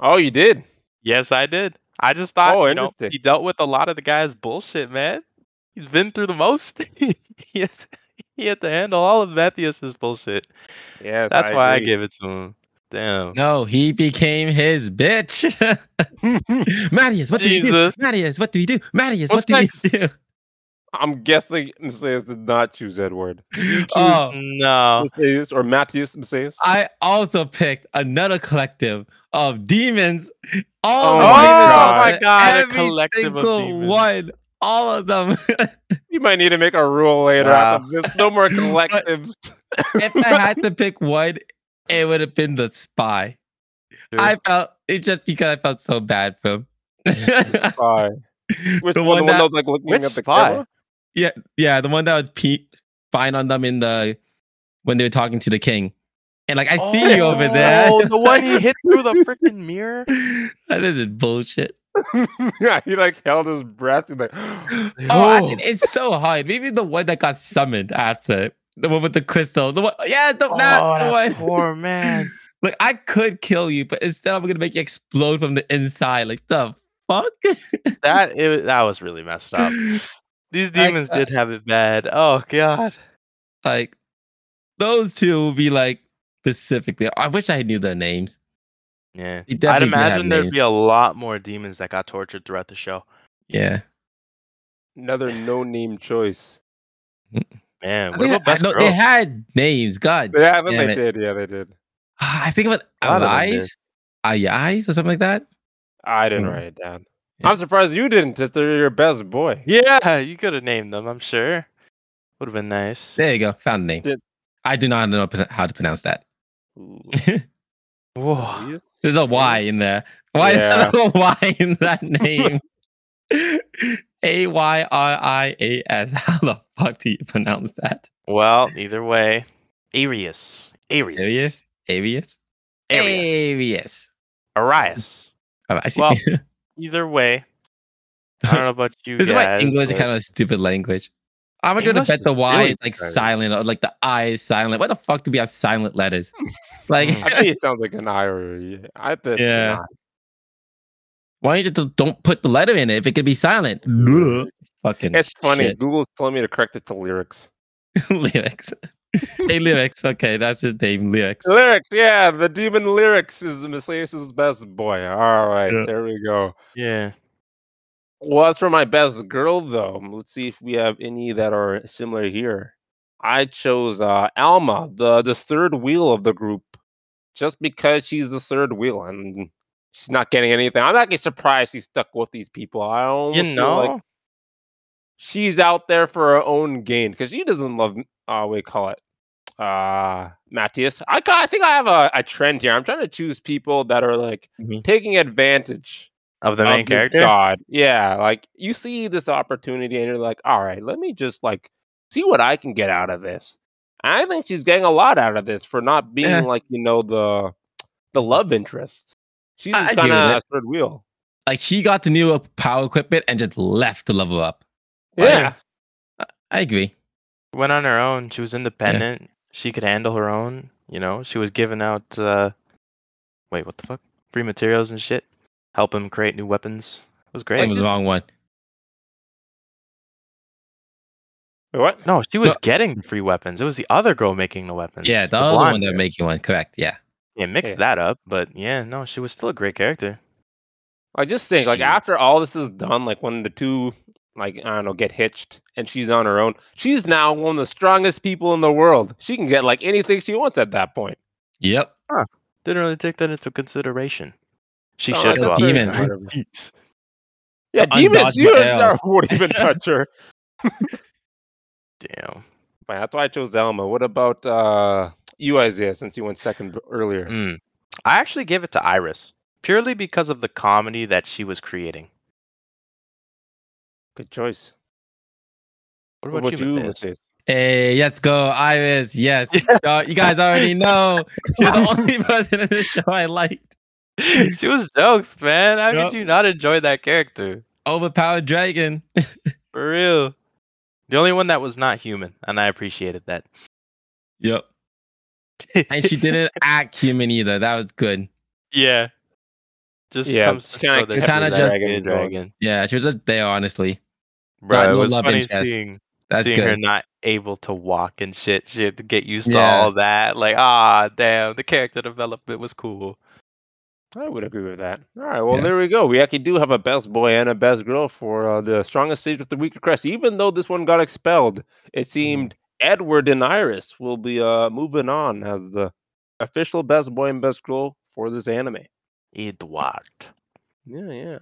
Speaker 1: Oh, you did.
Speaker 3: Yes, I did. I just thought
Speaker 1: Oh,
Speaker 3: you know,
Speaker 1: interesting.
Speaker 3: he dealt with a lot of the guy's bullshit, man. He's been through the most. he, had, he had to handle all of Matthias's bullshit.
Speaker 1: Yes,
Speaker 3: That's why I
Speaker 1: agree.
Speaker 3: gave it to him. Damn.
Speaker 2: No, he became his bitch. Matthias, what do we do?
Speaker 3: Jesus.
Speaker 2: Matthias, what do we do? Matthias,
Speaker 3: What's
Speaker 2: what
Speaker 3: next?
Speaker 2: do we do?
Speaker 1: I'm guessing Messias did not choose Edward.
Speaker 2: Oh,
Speaker 3: No.
Speaker 1: Messias or Matthias Messias.
Speaker 2: I also picked another collective of demons. All
Speaker 1: Oh
Speaker 2: the
Speaker 1: my
Speaker 2: demons
Speaker 1: God.
Speaker 2: out
Speaker 1: Oh my
Speaker 2: there,
Speaker 3: God, a
Speaker 2: every
Speaker 3: collective of
Speaker 2: single
Speaker 3: demons.
Speaker 2: one, all of them.
Speaker 1: you might need to make a rule later.
Speaker 3: Wow.
Speaker 1: after this. No more
Speaker 2: But-
Speaker 1: collectives.
Speaker 2: if I had to pick one, it would have been the spy.
Speaker 3: Sure.
Speaker 2: I felt it just because I felt so bad for him. the
Speaker 1: Spy. Which one? the
Speaker 2: one
Speaker 1: one
Speaker 2: that,
Speaker 1: that was like looking
Speaker 3: which
Speaker 1: at the
Speaker 3: spy?
Speaker 1: camera.
Speaker 2: yeah, the one that was pe- spying on them in the when they were talking to the king, and like I see you over there.
Speaker 3: Oh, the one he hit through the freaking mirror.
Speaker 2: that is bullshit.
Speaker 1: yeah, he like held his breath. He's like,
Speaker 2: Oh, I
Speaker 3: No.
Speaker 2: mean, it's so hard. Maybe the one that got summoned after the one with the crystal. The one, yeah, the,
Speaker 3: Oh,
Speaker 2: that
Speaker 3: that
Speaker 2: one.
Speaker 3: poor man.
Speaker 2: Like I could kill you, but instead I'm gonna make you explode from the inside. Like the fuck.
Speaker 3: That it, that was really messed up. These
Speaker 2: I-
Speaker 3: demons did have it bad. Oh god.
Speaker 2: like those two will be like specifically. I wish I knew their names.
Speaker 3: Yeah.
Speaker 2: They
Speaker 3: I'd
Speaker 2: definitely do have
Speaker 3: imagine there'd
Speaker 2: names.
Speaker 3: be a lot more demons that got tortured throughout the show.
Speaker 2: yeah.
Speaker 1: another no-name choice.
Speaker 3: Man,
Speaker 2: I
Speaker 3: what
Speaker 2: think
Speaker 3: about
Speaker 2: I-
Speaker 3: best
Speaker 2: no,
Speaker 3: girl?
Speaker 2: they had names. God,
Speaker 1: Yeah, I think
Speaker 2: Damn
Speaker 1: they
Speaker 2: it.
Speaker 1: did. Yeah, they did.
Speaker 2: I think about
Speaker 3: A lot of them
Speaker 2: eyes, eyes or something like that.
Speaker 1: I didn't
Speaker 2: Mhm.
Speaker 1: write it down.
Speaker 2: Yeah.
Speaker 1: I'm surprised you didn't. That they're your best boy.
Speaker 3: yeah, you could have named them, I'm sure. Would have been nice.
Speaker 2: There you go. Found the name.
Speaker 1: Did-
Speaker 2: I do not know pro- how to pronounce that.
Speaker 1: Ooh,
Speaker 3: Whoa.
Speaker 1: Luis?
Speaker 2: There's a Y in there. Why is
Speaker 1: Yeah.
Speaker 2: there a Y in that name? A Y R I A S. How the fuck do you pronounce that?
Speaker 3: Well, either way. Arius. Arius.
Speaker 2: Arius? Arius?
Speaker 3: Arius.
Speaker 2: Arius.
Speaker 3: Arius.
Speaker 2: All right, I see.
Speaker 3: Well, Either way. I don't know about you
Speaker 2: This is why
Speaker 3: guys.
Speaker 2: English is
Speaker 3: but-
Speaker 2: kind of a stupid language. I'm gonna
Speaker 3: English
Speaker 2: bet
Speaker 3: is
Speaker 2: the Y
Speaker 3: really
Speaker 2: is like
Speaker 3: retarded.
Speaker 2: silent or like the I is silent. Why the fuck do we have silent letters? Like,
Speaker 1: I
Speaker 3: Hmm.
Speaker 1: think it sounds like an I or a Y. I think
Speaker 2: Yeah. why don't you just don't put the letter in it if it could be silent? Fucking,
Speaker 1: It's funny.
Speaker 2: shit.
Speaker 1: Google's telling me to correct it to lyrics.
Speaker 2: lyrics. hey, lyrics. Okay, that's his name. Lyrics.
Speaker 1: Lyrics, yeah. The demon lyrics is Messias' best boy. All right,
Speaker 2: Yeah.
Speaker 1: there we go.
Speaker 3: Yeah.
Speaker 1: mm, Well, as for my best girl, though, let's see if we have any that are similar here. I chose uh, Alma, the the third wheel of the group, just because she's the third wheel and she's not getting anything. I'm actually surprised she stuck with these people. I almost
Speaker 3: You know,
Speaker 1: feel like she's out there for her own gain because she doesn't love. Uh, we call it uh Matthias. I ca- I think I have a, a trend here. I'm trying to choose people that are like
Speaker 3: Mhm.
Speaker 1: taking advantage
Speaker 3: of the
Speaker 1: of
Speaker 3: main
Speaker 1: this
Speaker 3: character.
Speaker 1: God. Yeah, like you see this opportunity and you're like, all right, let me just like see what I can get out of this. And I think she's getting a lot out of this for not being
Speaker 3: Eh.
Speaker 2: Yeah.
Speaker 1: like, you know, the the love interest. She's
Speaker 2: I- I
Speaker 1: just
Speaker 2: give
Speaker 1: kind
Speaker 2: her
Speaker 1: of
Speaker 2: that.
Speaker 1: a third wheel.
Speaker 2: Like she got the new uh, power equipment and just left to level up. Like,
Speaker 1: Yeah.
Speaker 2: I agree.
Speaker 3: Went on her own. She was independent. She could handle her own. You know, she was giving out. uh Wait, what the fuck? Free materials and shit. Help him create new weapons. It was
Speaker 2: Same
Speaker 3: great.
Speaker 2: was the wrong one.
Speaker 1: Wait, what?
Speaker 3: No, she was
Speaker 2: No.
Speaker 3: getting the free weapons. It was the other girl making the weapons.
Speaker 2: Yeah, the,
Speaker 3: the
Speaker 2: other
Speaker 3: blonde
Speaker 2: one they're
Speaker 3: girl.
Speaker 2: making one. Correct. Yeah.
Speaker 3: Yeah, mix
Speaker 1: Yeah.
Speaker 3: that up. But yeah, no, she was still a great character.
Speaker 1: Like just think, like
Speaker 3: Shoot.
Speaker 1: after all this is done, like when the two like I don't know get hitched and she's on her own, she's now one of the strongest people in the world. She can get like anything she wants at that point.
Speaker 2: Yep.
Speaker 3: Didn't really take that into consideration. She
Speaker 1: Sound
Speaker 3: should
Speaker 1: like
Speaker 2: go.
Speaker 1: a third
Speaker 3: have.
Speaker 2: Demons.
Speaker 1: wheel, whatever.
Speaker 3: Jeez.
Speaker 1: Yeah,
Speaker 2: The
Speaker 1: demons, you
Speaker 2: undodgeable
Speaker 1: don't-
Speaker 2: Ls.
Speaker 1: won't even touch her.
Speaker 3: Damn.
Speaker 1: Man, that's why I chose Elma. What about uh, you, Isaiah, since you went second b- earlier?
Speaker 3: Mm. I actually gave it to Iris purely because of the comedy that she was creating.
Speaker 1: Good choice.
Speaker 3: What
Speaker 1: What about
Speaker 3: about,
Speaker 1: you,
Speaker 3: Matthias?
Speaker 1: Matthias?
Speaker 2: Hey, let's go, Iris. Yes. Y'all- you guys already know. You're the only person in the show I liked.
Speaker 3: she was jokes, man. How
Speaker 2: Yup.
Speaker 3: could you not enjoy that character?
Speaker 2: Overpowered dragon.
Speaker 3: For real. The only one that was not human, and I appreciated that.
Speaker 2: Yep. And she didn't act human either. That was good.
Speaker 3: yeah. Just
Speaker 1: Yeah,
Speaker 3: comes
Speaker 1: she
Speaker 3: to
Speaker 1: kinda
Speaker 3: show that
Speaker 2: kept
Speaker 3: she
Speaker 2: the
Speaker 3: was
Speaker 2: dragon
Speaker 3: actually a
Speaker 1: going.
Speaker 3: dragon.
Speaker 2: Yeah, she was just there, honestly.
Speaker 3: Bro,
Speaker 2: Got
Speaker 3: it
Speaker 2: no
Speaker 3: was
Speaker 2: love
Speaker 3: funny
Speaker 2: interest.
Speaker 3: seeing
Speaker 2: That's
Speaker 3: seeing her
Speaker 2: good.
Speaker 3: not able to walk and shit. She had to get used to
Speaker 2: Yeah.
Speaker 3: all that. Like, ah, damn, the character development was cool.
Speaker 1: I would agree with that. All right, well,
Speaker 2: Yeah.
Speaker 1: there we go. We actually do have a best boy and a best girl for uh, the strongest stage with the weaker crest. Even though this one got expelled, it seemed Edward and Iris will be uh, moving on as the official best boy and best girl for this anime.
Speaker 3: Edward.
Speaker 1: Yeah, yeah.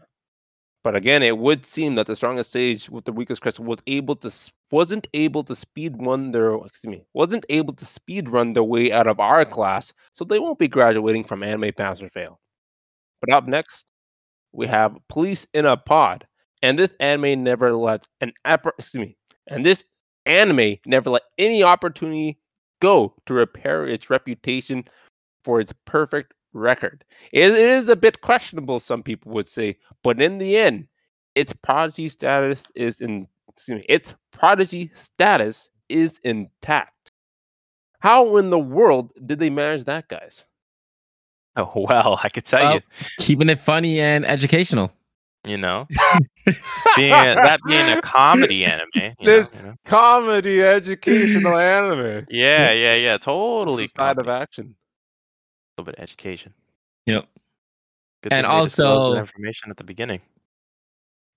Speaker 1: But again, it would seem that the strongest sage with the weakest crest was able to s- wasn't able to speed run their excuse me wasn't able to speed run their way out of our class, so they won't be graduating from anime pass or fail. But up next, we have police in a pod, and this anime never let an appar- excuse me, and this anime never let any opportunity go to repair its reputation for its perfect record. It it is a bit questionable, some people would say, but in the end, its prodigy status is in excuse me, its prodigy status is intact. How in the world did they manage that, guys?
Speaker 3: Oh well, I could tell
Speaker 2: Well,
Speaker 3: you.
Speaker 2: Keeping it funny and educational.
Speaker 3: You know, being a- that being a comedy anime. you know,
Speaker 1: There's-
Speaker 3: you know?
Speaker 1: comedy educational anime.
Speaker 3: Yeah, yeah, yeah. Totally.
Speaker 1: It's a side of
Speaker 3: comedy.
Speaker 1: action.
Speaker 3: a little bit of education.
Speaker 2: Yep.
Speaker 3: Good
Speaker 2: And
Speaker 3: thing they disclosed that
Speaker 2: also-
Speaker 3: information at the beginning.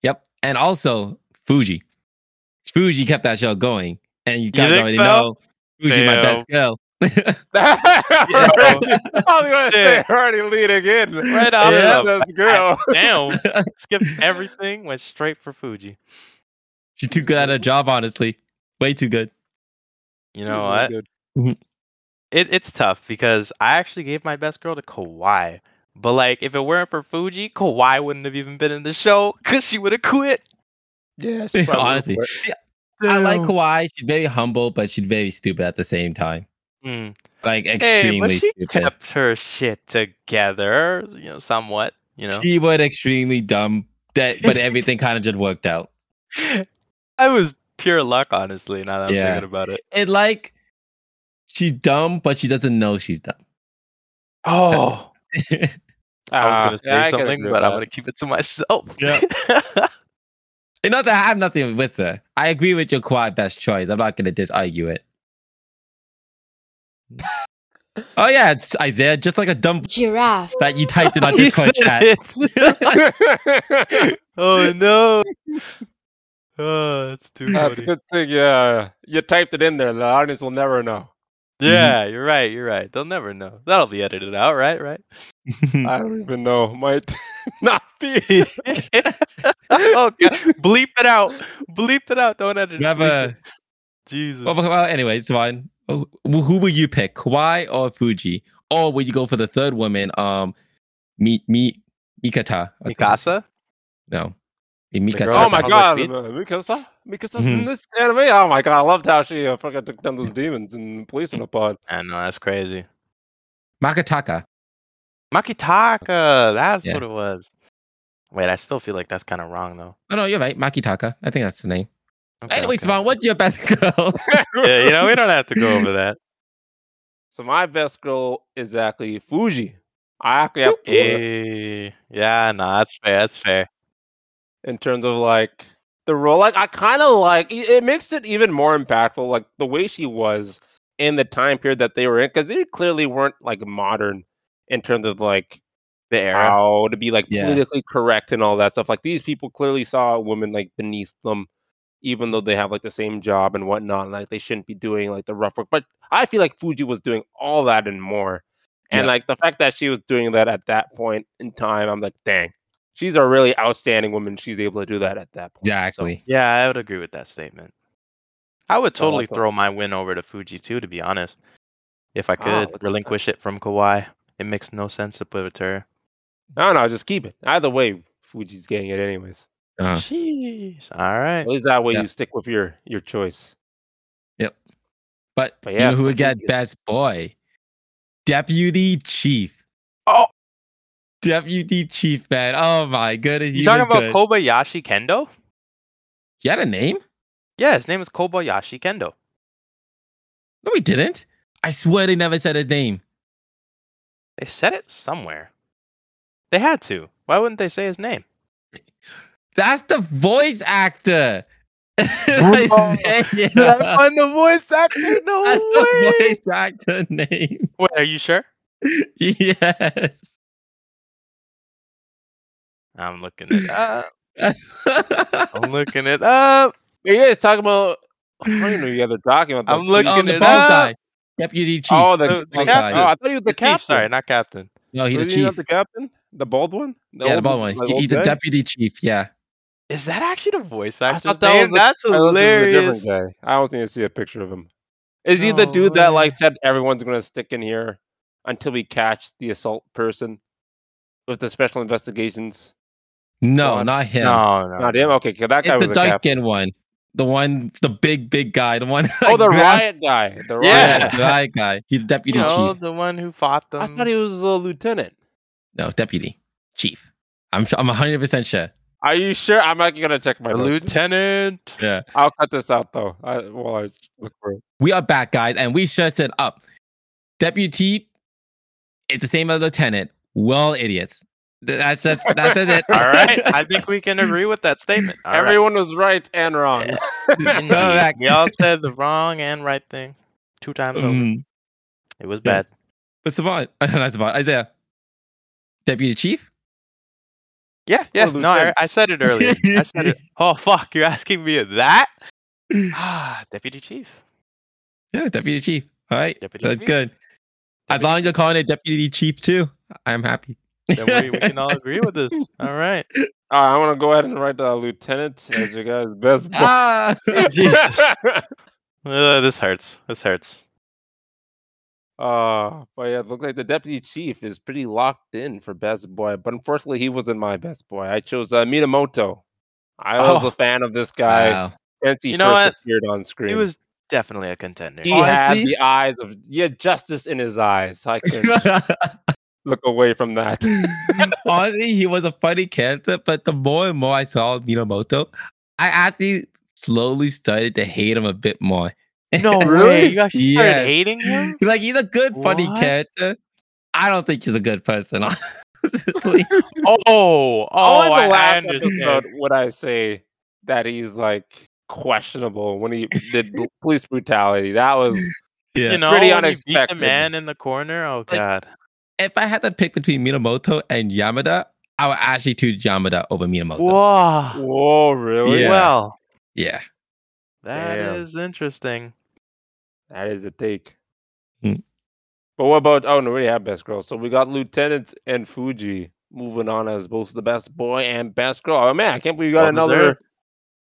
Speaker 2: Yep. And also Fuji. Fuji kept that show going. And you guys
Speaker 3: think
Speaker 2: already
Speaker 3: so?
Speaker 2: know Fuji, my
Speaker 3: Damn.
Speaker 2: best girl.
Speaker 1: Already- I was gonna say
Speaker 3: Shit.
Speaker 1: already leading in.
Speaker 3: Right off
Speaker 1: Yeah,
Speaker 3: the
Speaker 1: this girl.
Speaker 3: Damn, skipped everything, went straight for Fuji.
Speaker 2: She's too good at her job, honestly. Way too good.
Speaker 3: You
Speaker 1: She
Speaker 3: know
Speaker 1: was really
Speaker 3: what?
Speaker 1: good.
Speaker 3: It, it's tough because I actually gave my best girl to Kawhi. But like, if it weren't for Fuji, Kawhi wouldn't have even been in the show because she would have quit.
Speaker 1: Yeah, she probably was
Speaker 2: Honestly.
Speaker 1: great.
Speaker 2: I like
Speaker 3: Damn.
Speaker 2: Kawhi. She's very humble, but she's very stupid at the same time.
Speaker 3: Mm.
Speaker 2: Like
Speaker 3: Hey, but
Speaker 2: extremely
Speaker 3: she
Speaker 2: stupid.
Speaker 3: kept her shit together, you know, somewhat. You know,
Speaker 2: She was extremely dumb. That but everything kind of just worked out.
Speaker 3: I was pure luck, honestly. Now that I'm
Speaker 2: Yeah.
Speaker 3: thinking about it.
Speaker 2: It like she's dumb, but she doesn't know she's dumb.
Speaker 3: Oh. I was
Speaker 1: Ah,
Speaker 3: gonna say
Speaker 1: yeah, I can
Speaker 3: something,
Speaker 1: agree
Speaker 3: but
Speaker 1: with
Speaker 3: I'm
Speaker 1: that.
Speaker 3: gonna keep it to myself.
Speaker 2: Yeah. And not that I have nothing with her. I agree with your Kawhi best choice. I'm not gonna disargue it. oh yeah, it's Isaiah, just like a dumb
Speaker 5: Giraffe.
Speaker 2: that you typed in our Discord chat.
Speaker 3: oh no! Oh, that's too
Speaker 1: That's a
Speaker 3: funny.
Speaker 1: good thing. Yeah, you typed it in there. The audience will never know.
Speaker 3: Yeah, you're right. You're right. They'll never know. That'll be edited out, right? Right.
Speaker 2: Hmm.
Speaker 1: I don't even know. Might not be.
Speaker 3: oh God. Bleep it out. Bleep it out. Don't edit. it.
Speaker 2: Have
Speaker 3: Bleep
Speaker 2: a
Speaker 3: it. Jesus.
Speaker 2: well, well, anyway, it's fine. Who who would you pick, Kawhi or Fuji, or would you go for the third woman, um, Mi Mi Mikata? I think.
Speaker 3: Mikasa.
Speaker 2: No, Mi-
Speaker 3: The girl
Speaker 2: Mikata.
Speaker 1: Oh
Speaker 3: Sorry,
Speaker 1: my
Speaker 3: Public
Speaker 1: god,
Speaker 3: Beat?
Speaker 1: uh, Mikasa, Mikasa's
Speaker 2: Mhm.
Speaker 1: in this anime. Oh my god, I loved how she uh, fucking took down those demons and police in the pod.
Speaker 3: I know that's crazy.
Speaker 2: Makataka.
Speaker 3: Makitaka. That's
Speaker 2: Yeah.
Speaker 3: what it was. Wait, I still feel like that's kind of wrong though.
Speaker 2: Oh, No, no, you're right. Makitaka. I think that's the name.
Speaker 3: Okay,
Speaker 2: anyway,
Speaker 3: okay.
Speaker 2: Savon, what's your best girl?
Speaker 3: Yeah, you know we don't have to go over that.
Speaker 1: So my best girl is actually Fuji. I actually have to put her
Speaker 3: Eh, yeah, no, that's fair. That's fair.
Speaker 1: in terms of like the role. Like I kind of like it it makes it even more impactful. Like the way she was in the time period that they were in, because they clearly weren't like modern in terms of like
Speaker 3: The era.
Speaker 1: how to be like
Speaker 2: Yeah.
Speaker 1: politically correct and all that stuff. Like these people clearly saw a woman like beneath them, even though they have like the same job and whatnot. And, like they shouldn't be doing like the rough work. But I feel like Fuji was doing all that and more. And
Speaker 2: Yeah.
Speaker 1: like the fact that she was doing that at that point in time, I'm like, dang, she's a really outstanding woman. She's able to do that at that point. So,
Speaker 2: exactly.
Speaker 3: Yeah, I would agree with that statement. I would
Speaker 1: So I
Speaker 3: totally
Speaker 1: thought-
Speaker 3: throw my win over to Fuji too, to be honest. If I
Speaker 1: Ah,
Speaker 3: could
Speaker 1: look at that.
Speaker 3: relinquish it from Kawhi, it makes no sense to put it to her.
Speaker 1: I don't know. Just keep it. Either way, Fuji's getting it anyways.
Speaker 2: Uh-huh.
Speaker 3: Sheesh. All right.
Speaker 1: At least that way
Speaker 2: Yeah.
Speaker 1: you stick with your your choice.
Speaker 2: But,
Speaker 1: But
Speaker 2: you
Speaker 1: yeah,
Speaker 2: know who
Speaker 1: I
Speaker 2: would get
Speaker 1: think it's-
Speaker 2: best boy? Deputy Chief.
Speaker 3: Oh,
Speaker 2: Deputy Chief, man. Oh my goodness.
Speaker 3: you
Speaker 2: he
Speaker 3: talking
Speaker 2: was
Speaker 3: about
Speaker 2: good.
Speaker 3: Kobayashi Kendo?
Speaker 2: He had a name?
Speaker 3: Yeah, his name is Kobayashi Kendo.
Speaker 2: No, he didn't. I swear they never said his name.
Speaker 3: They said it somewhere. They had to. Why wouldn't they say his name?
Speaker 2: That's the voice actor.
Speaker 3: Bro.
Speaker 2: Isaiah.
Speaker 3: find the voice actor? No
Speaker 2: That's the voice actor name.
Speaker 3: Wait, are you sure?
Speaker 2: yes.
Speaker 3: I'm looking it up.
Speaker 2: On
Speaker 1: Oh,
Speaker 3: I'm looking it up.
Speaker 1: Are you guys talking about? I don't even know you guys are talking about.
Speaker 3: I'm
Speaker 1: the
Speaker 3: looking
Speaker 1: Fuji-
Speaker 2: the
Speaker 3: it
Speaker 2: bow
Speaker 3: up.
Speaker 2: tie. Deputy Chief.
Speaker 1: Oh, the,
Speaker 3: The- the
Speaker 1: oh,
Speaker 2: captain.
Speaker 1: Oh, I thought he was the,
Speaker 3: The
Speaker 1: captain.
Speaker 3: chief, sorry, not captain.
Speaker 2: no, he's the
Speaker 1: Wasn't he not
Speaker 2: chief.
Speaker 1: the captain? The bald one? The
Speaker 2: yeah, the
Speaker 1: old-
Speaker 2: bald one.
Speaker 1: like,
Speaker 2: He-
Speaker 1: old
Speaker 2: he's the
Speaker 1: guy?
Speaker 2: deputy chief. Yeah.
Speaker 3: Is that actually the voice
Speaker 1: I
Speaker 3: actor's
Speaker 1: thought that was
Speaker 3: name?
Speaker 1: the-
Speaker 3: That's
Speaker 1: Oh, this is a different
Speaker 3: hilarious.
Speaker 1: guy. I don't think I see a picture of him. Is he the
Speaker 2: Oh,
Speaker 3: No
Speaker 1: dude that
Speaker 3: way.
Speaker 1: like said everyone's gonna stick in here until we catch the assault person with the special investigations?
Speaker 2: No,
Speaker 1: What?
Speaker 2: not him.
Speaker 3: No, no.
Speaker 1: Not him. Okay, 'cause that guy
Speaker 2: It's
Speaker 1: was
Speaker 2: the
Speaker 1: a
Speaker 2: dark
Speaker 1: captain.
Speaker 2: skinned one. The one, the big, big guy. The one.
Speaker 1: Oh, the
Speaker 2: grab-
Speaker 1: riot guy. The riot.
Speaker 3: Yeah.
Speaker 1: guy.
Speaker 2: the riot guy. He's the deputy
Speaker 3: You know,
Speaker 2: chief.
Speaker 3: the one who fought them.
Speaker 1: I thought he was a lieutenant.
Speaker 2: No, deputy chief. I'm su- I'm 100 percent sure.
Speaker 1: Are you sure? I'm not gonna check my
Speaker 3: the
Speaker 1: notes.
Speaker 3: lieutenant.
Speaker 2: Yeah.
Speaker 1: I'll cut this out though. I, while I look for it.
Speaker 2: We are back, guys, and we searched it up. Deputy, it's the same as lieutenant. Well, idiots. Th- That's just that's just it.
Speaker 3: All right. I think we can agree with that statement. All right.
Speaker 1: Everyone was right and wrong.
Speaker 3: Indeed.
Speaker 2: Correct.
Speaker 3: We all said the wrong and right thing two times
Speaker 1: Mm-hmm.
Speaker 3: over.
Speaker 2: Mm,
Speaker 3: It was bad.
Speaker 2: yes. But Savant, not Savant, Isaiah, deputy chief.
Speaker 3: Yeah, yeah.
Speaker 1: Or
Speaker 3: No, I,
Speaker 1: lieutenant.
Speaker 3: I said it earlier. I said it. Oh fuck, you're asking me that? Ah, deputy chief.
Speaker 2: Yeah, deputy chief. All right,
Speaker 3: Deputy
Speaker 2: that's
Speaker 3: chief.
Speaker 2: good. As long as you're calling it deputy chief too, I'm happy.
Speaker 3: Then we, we can all agree with this. All right.
Speaker 1: All right, I'm gonna go ahead and write the lieutenant as your guys' best. boy.
Speaker 2: ah,
Speaker 3: Jesus. Uh, this hurts. This hurts.
Speaker 1: Uh, but yeah, it looks like the deputy chief is pretty locked in for best boy. But unfortunately, he wasn't my best boy. I chose uh, Minamoto. I was
Speaker 3: Oh.
Speaker 1: a fan of this guy
Speaker 2: wow.
Speaker 1: since he
Speaker 3: You know
Speaker 1: first
Speaker 3: what?
Speaker 1: appeared on screen.
Speaker 3: He was definitely a contender.
Speaker 1: he had
Speaker 2: Honestly-
Speaker 1: the eyes of yeah, justice in his eyes. I can look away from that.
Speaker 2: Honestly, he was a funny character, but the more and more I saw Minamoto, I actually slowly started to hate him a bit more.
Speaker 3: Oh, No way.
Speaker 1: Really?
Speaker 3: You actually started
Speaker 2: Yes.
Speaker 3: hating him?
Speaker 2: Like he's a good funny
Speaker 3: What?
Speaker 2: character. I don't think he's a good person, honestly.
Speaker 3: Oh, oh,
Speaker 1: I'll have to
Speaker 3: I, I
Speaker 1: laugh at this
Speaker 3: understand.
Speaker 1: about Would I say that he's like questionable when he did bl- police brutality? That was
Speaker 2: yeah.
Speaker 3: You know,
Speaker 1: Pretty
Speaker 3: when he beat the
Speaker 1: unexpected.
Speaker 3: man in the corner. Oh
Speaker 2: Like,
Speaker 3: god.
Speaker 2: if I had to pick between Minamoto and
Speaker 1: oh,
Speaker 2: Yamada, I would actually choose Yamada over Minamoto.
Speaker 3: Whoa.
Speaker 1: whoa, really?
Speaker 2: Yeah.
Speaker 3: Well,
Speaker 2: Yeah.
Speaker 3: That is
Speaker 1: Damn.
Speaker 3: interesting.
Speaker 1: That is a take.
Speaker 2: Hmm.
Speaker 1: But what about? Oh no, we already have best girl. So we got Lieutenant and Fuji moving on as both the best boy and best girl. Oh man, I can't believe we got
Speaker 3: Well
Speaker 1: another
Speaker 3: deserved.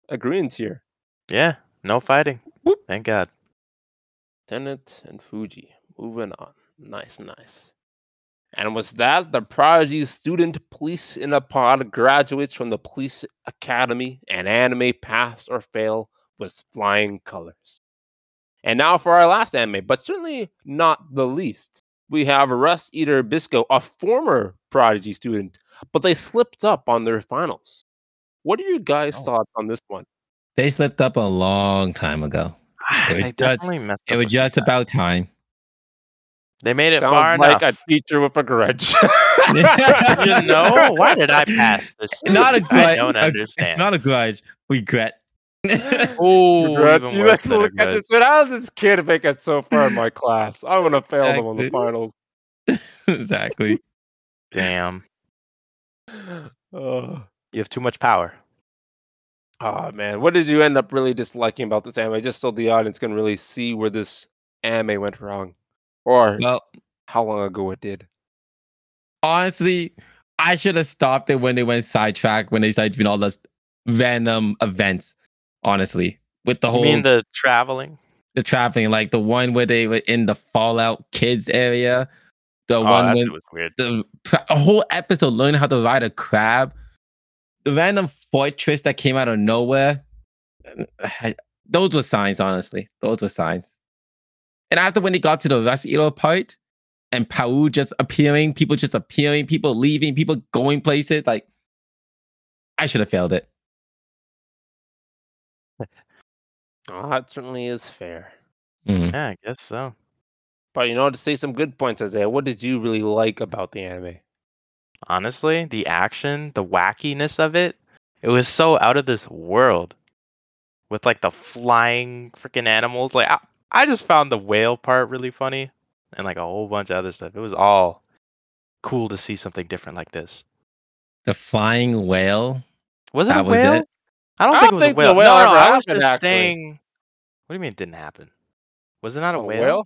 Speaker 1: agreement here.
Speaker 3: Yeah, no fighting.
Speaker 2: Boop.
Speaker 3: Thank God.
Speaker 1: Lieutenant and Fuji moving on. Nice, nice. And with that, the prodigy student police in a pod graduates from the police academy and anime pass or fail with flying colors. And now for our last anime, but certainly not the least, we have Russ Eater Bisco, a former prodigy student, but they slipped up on their finals. What are your guys'
Speaker 2: Oh.
Speaker 1: thoughts on this one?
Speaker 2: They slipped up a long time ago. It was
Speaker 3: They
Speaker 2: just-
Speaker 3: definitely messed
Speaker 2: It
Speaker 3: up
Speaker 2: was
Speaker 3: a few
Speaker 2: just
Speaker 3: times.
Speaker 2: about time.
Speaker 3: They made it far
Speaker 1: Sounds like
Speaker 3: enough.
Speaker 1: a teacher with a grudge.
Speaker 3: you know why did I pass this?
Speaker 2: Not a
Speaker 3: student? I
Speaker 2: grudge.
Speaker 3: don't
Speaker 2: a-
Speaker 3: understand.
Speaker 2: It's not a grudge. Regret.
Speaker 3: Oh,
Speaker 1: Regret.
Speaker 3: even
Speaker 1: You
Speaker 3: worse
Speaker 1: like
Speaker 3: than a
Speaker 1: look at
Speaker 3: grudge.
Speaker 1: this. man, How did this kid make it so far in my class? I want to fail them on the
Speaker 2: Exactly.
Speaker 1: finals.
Speaker 2: exactly.
Speaker 3: Damn,
Speaker 1: Oh.
Speaker 3: you have too much power.
Speaker 1: oh man, what did you end up really disliking about this anime? Just so the audience can really see where this anime went wrong, or
Speaker 2: Well,
Speaker 1: how long ago it did.
Speaker 2: honestly, I should have stopped it when they went sidetrack when they started doing all those random events. Honestly, with the
Speaker 3: You
Speaker 2: whole
Speaker 3: mean the traveling?
Speaker 2: the traveling, like the one where they were in the Fallout kids area, the
Speaker 3: Oh,
Speaker 2: one
Speaker 3: that
Speaker 2: when
Speaker 3: was weird.
Speaker 2: the a whole episode learning how to ride a crab, the random fortress that came out of nowhere. Those were signs, honestly. Those were signs. And after when they got to the Rust Elo part and Pau just appearing, people just appearing, people leaving, people going places, like I should have failed it.
Speaker 1: Oh, that certainly is fair.
Speaker 3: Yeah, I guess so.
Speaker 1: But you know, to say some good points, Isaiah, what did you really like about the anime?
Speaker 3: Honestly, the action, the wackiness of it, it was so out of this world. With like the flying freaking animals, like I, I just found the whale part really funny, and like a whole bunch of other stuff. It was all cool to see something different like this.
Speaker 2: The flying whale.
Speaker 3: Was it
Speaker 2: That
Speaker 3: a
Speaker 2: was
Speaker 3: whale?
Speaker 2: it.
Speaker 3: I don't
Speaker 1: I
Speaker 3: think
Speaker 1: don't
Speaker 3: it was
Speaker 1: think
Speaker 3: a
Speaker 1: the
Speaker 3: whale.
Speaker 1: whale
Speaker 3: no, no,
Speaker 1: ever
Speaker 3: I was
Speaker 1: happened,
Speaker 3: just
Speaker 1: actually.
Speaker 3: saying. What do you mean it didn't happen? Was it not a, whale?